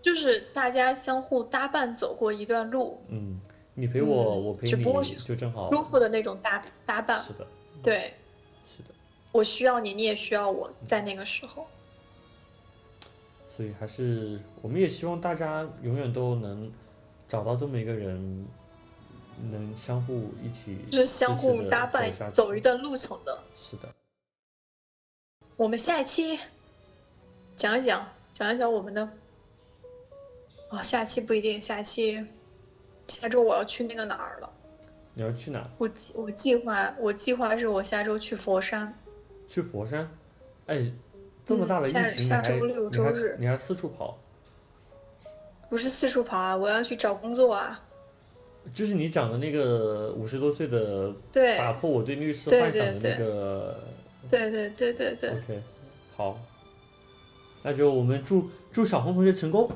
[SPEAKER 2] 就是大家相互搭伴走过一段路，
[SPEAKER 1] 嗯，你陪我，
[SPEAKER 2] 嗯
[SPEAKER 1] 我陪
[SPEAKER 2] 只
[SPEAKER 1] 你
[SPEAKER 2] 不过，是
[SPEAKER 1] 就正好。
[SPEAKER 2] 舒服的那种搭搭伴，
[SPEAKER 1] 哦是的，
[SPEAKER 2] 对。
[SPEAKER 1] 是的，
[SPEAKER 2] 我需要你，你也需要我，在那个时候。
[SPEAKER 1] 所以还是我们也希望大家永远都能找到这么一个人，能相互一起
[SPEAKER 2] 就是相
[SPEAKER 1] 支持
[SPEAKER 2] 互
[SPEAKER 1] 着
[SPEAKER 2] 搭伴
[SPEAKER 1] 下去
[SPEAKER 2] 走一段路程的。
[SPEAKER 1] 是的，
[SPEAKER 2] 我们下一期讲一讲，讲一讲我们的。哦，下期不一定，下期下周我要去那个哪儿了。
[SPEAKER 1] 你要去哪？
[SPEAKER 2] 我计我计划我计划是我下周去佛山，
[SPEAKER 1] 去佛山？哎，这么
[SPEAKER 2] 嗯
[SPEAKER 1] 大的疫
[SPEAKER 2] 下
[SPEAKER 1] 情，你
[SPEAKER 2] 下
[SPEAKER 1] 还
[SPEAKER 2] 周六
[SPEAKER 1] 你
[SPEAKER 2] 周
[SPEAKER 1] 还
[SPEAKER 2] 日
[SPEAKER 1] 你还四处跑，
[SPEAKER 2] 不是四处跑啊，我要去找工作啊。
[SPEAKER 1] 就是你讲的那个五十多岁的
[SPEAKER 2] 对
[SPEAKER 1] 打破我对律师
[SPEAKER 2] 对
[SPEAKER 1] 幻想
[SPEAKER 2] 对
[SPEAKER 1] 的那
[SPEAKER 2] 对
[SPEAKER 1] 个
[SPEAKER 2] 对对对对对，
[SPEAKER 1] OK，好，那就我们祝祝小红同学成功。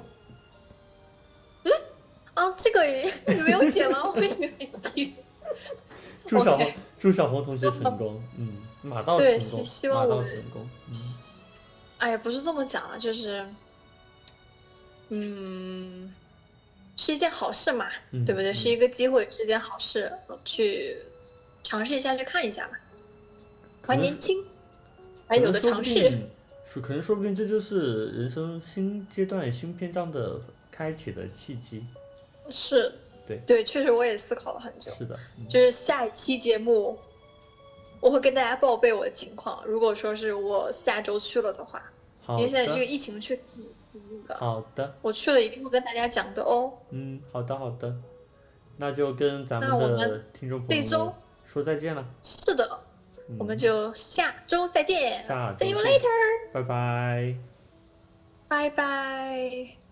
[SPEAKER 2] 啊，这个也 你没有剪吗？我也没有听。
[SPEAKER 1] 祝小
[SPEAKER 2] OK
[SPEAKER 1] 红 祝小红同学成功，嗯，马到成
[SPEAKER 2] 对
[SPEAKER 1] 功，
[SPEAKER 2] 希希望
[SPEAKER 1] 马
[SPEAKER 2] 我
[SPEAKER 1] 到
[SPEAKER 2] 们
[SPEAKER 1] 成功，嗯，
[SPEAKER 2] 哎呀，不是这么讲了，就是，嗯，是一件好事嘛，
[SPEAKER 1] 嗯
[SPEAKER 2] 对不对？
[SPEAKER 1] 嗯
[SPEAKER 2] 是一个机会，是一件好事，去尝试一下，去看一下嘛，
[SPEAKER 1] 可
[SPEAKER 2] 还
[SPEAKER 1] 能
[SPEAKER 2] 年
[SPEAKER 1] 是
[SPEAKER 2] 轻，还有的尝。
[SPEAKER 1] 可能说
[SPEAKER 2] 试。
[SPEAKER 1] 不定是可能说不定这就是人生新阶段、新篇章的开启的契机。
[SPEAKER 2] 是，
[SPEAKER 1] 对
[SPEAKER 2] 确实我也思考了很久。
[SPEAKER 1] 是的，嗯
[SPEAKER 2] 就是下一期节目，我会跟大家报备我的情况。如果说是我下周去了的话，
[SPEAKER 1] 好
[SPEAKER 2] 因为现在这个
[SPEAKER 1] 的，
[SPEAKER 2] 疫情确实挺挺那个，
[SPEAKER 1] 好的，
[SPEAKER 2] 我去了一定会跟大家讲的哦。
[SPEAKER 1] 嗯，好的，好的，那就跟咱
[SPEAKER 2] 那我
[SPEAKER 1] 们的
[SPEAKER 2] 们
[SPEAKER 1] 听众朋
[SPEAKER 2] 这
[SPEAKER 1] 友
[SPEAKER 2] 周
[SPEAKER 1] 们说再见了，
[SPEAKER 2] 是的，
[SPEAKER 1] 嗯
[SPEAKER 2] 我们就下周再见
[SPEAKER 1] 下周
[SPEAKER 2] ，See you
[SPEAKER 1] 见
[SPEAKER 2] later，
[SPEAKER 1] 拜拜。
[SPEAKER 2] 拜拜。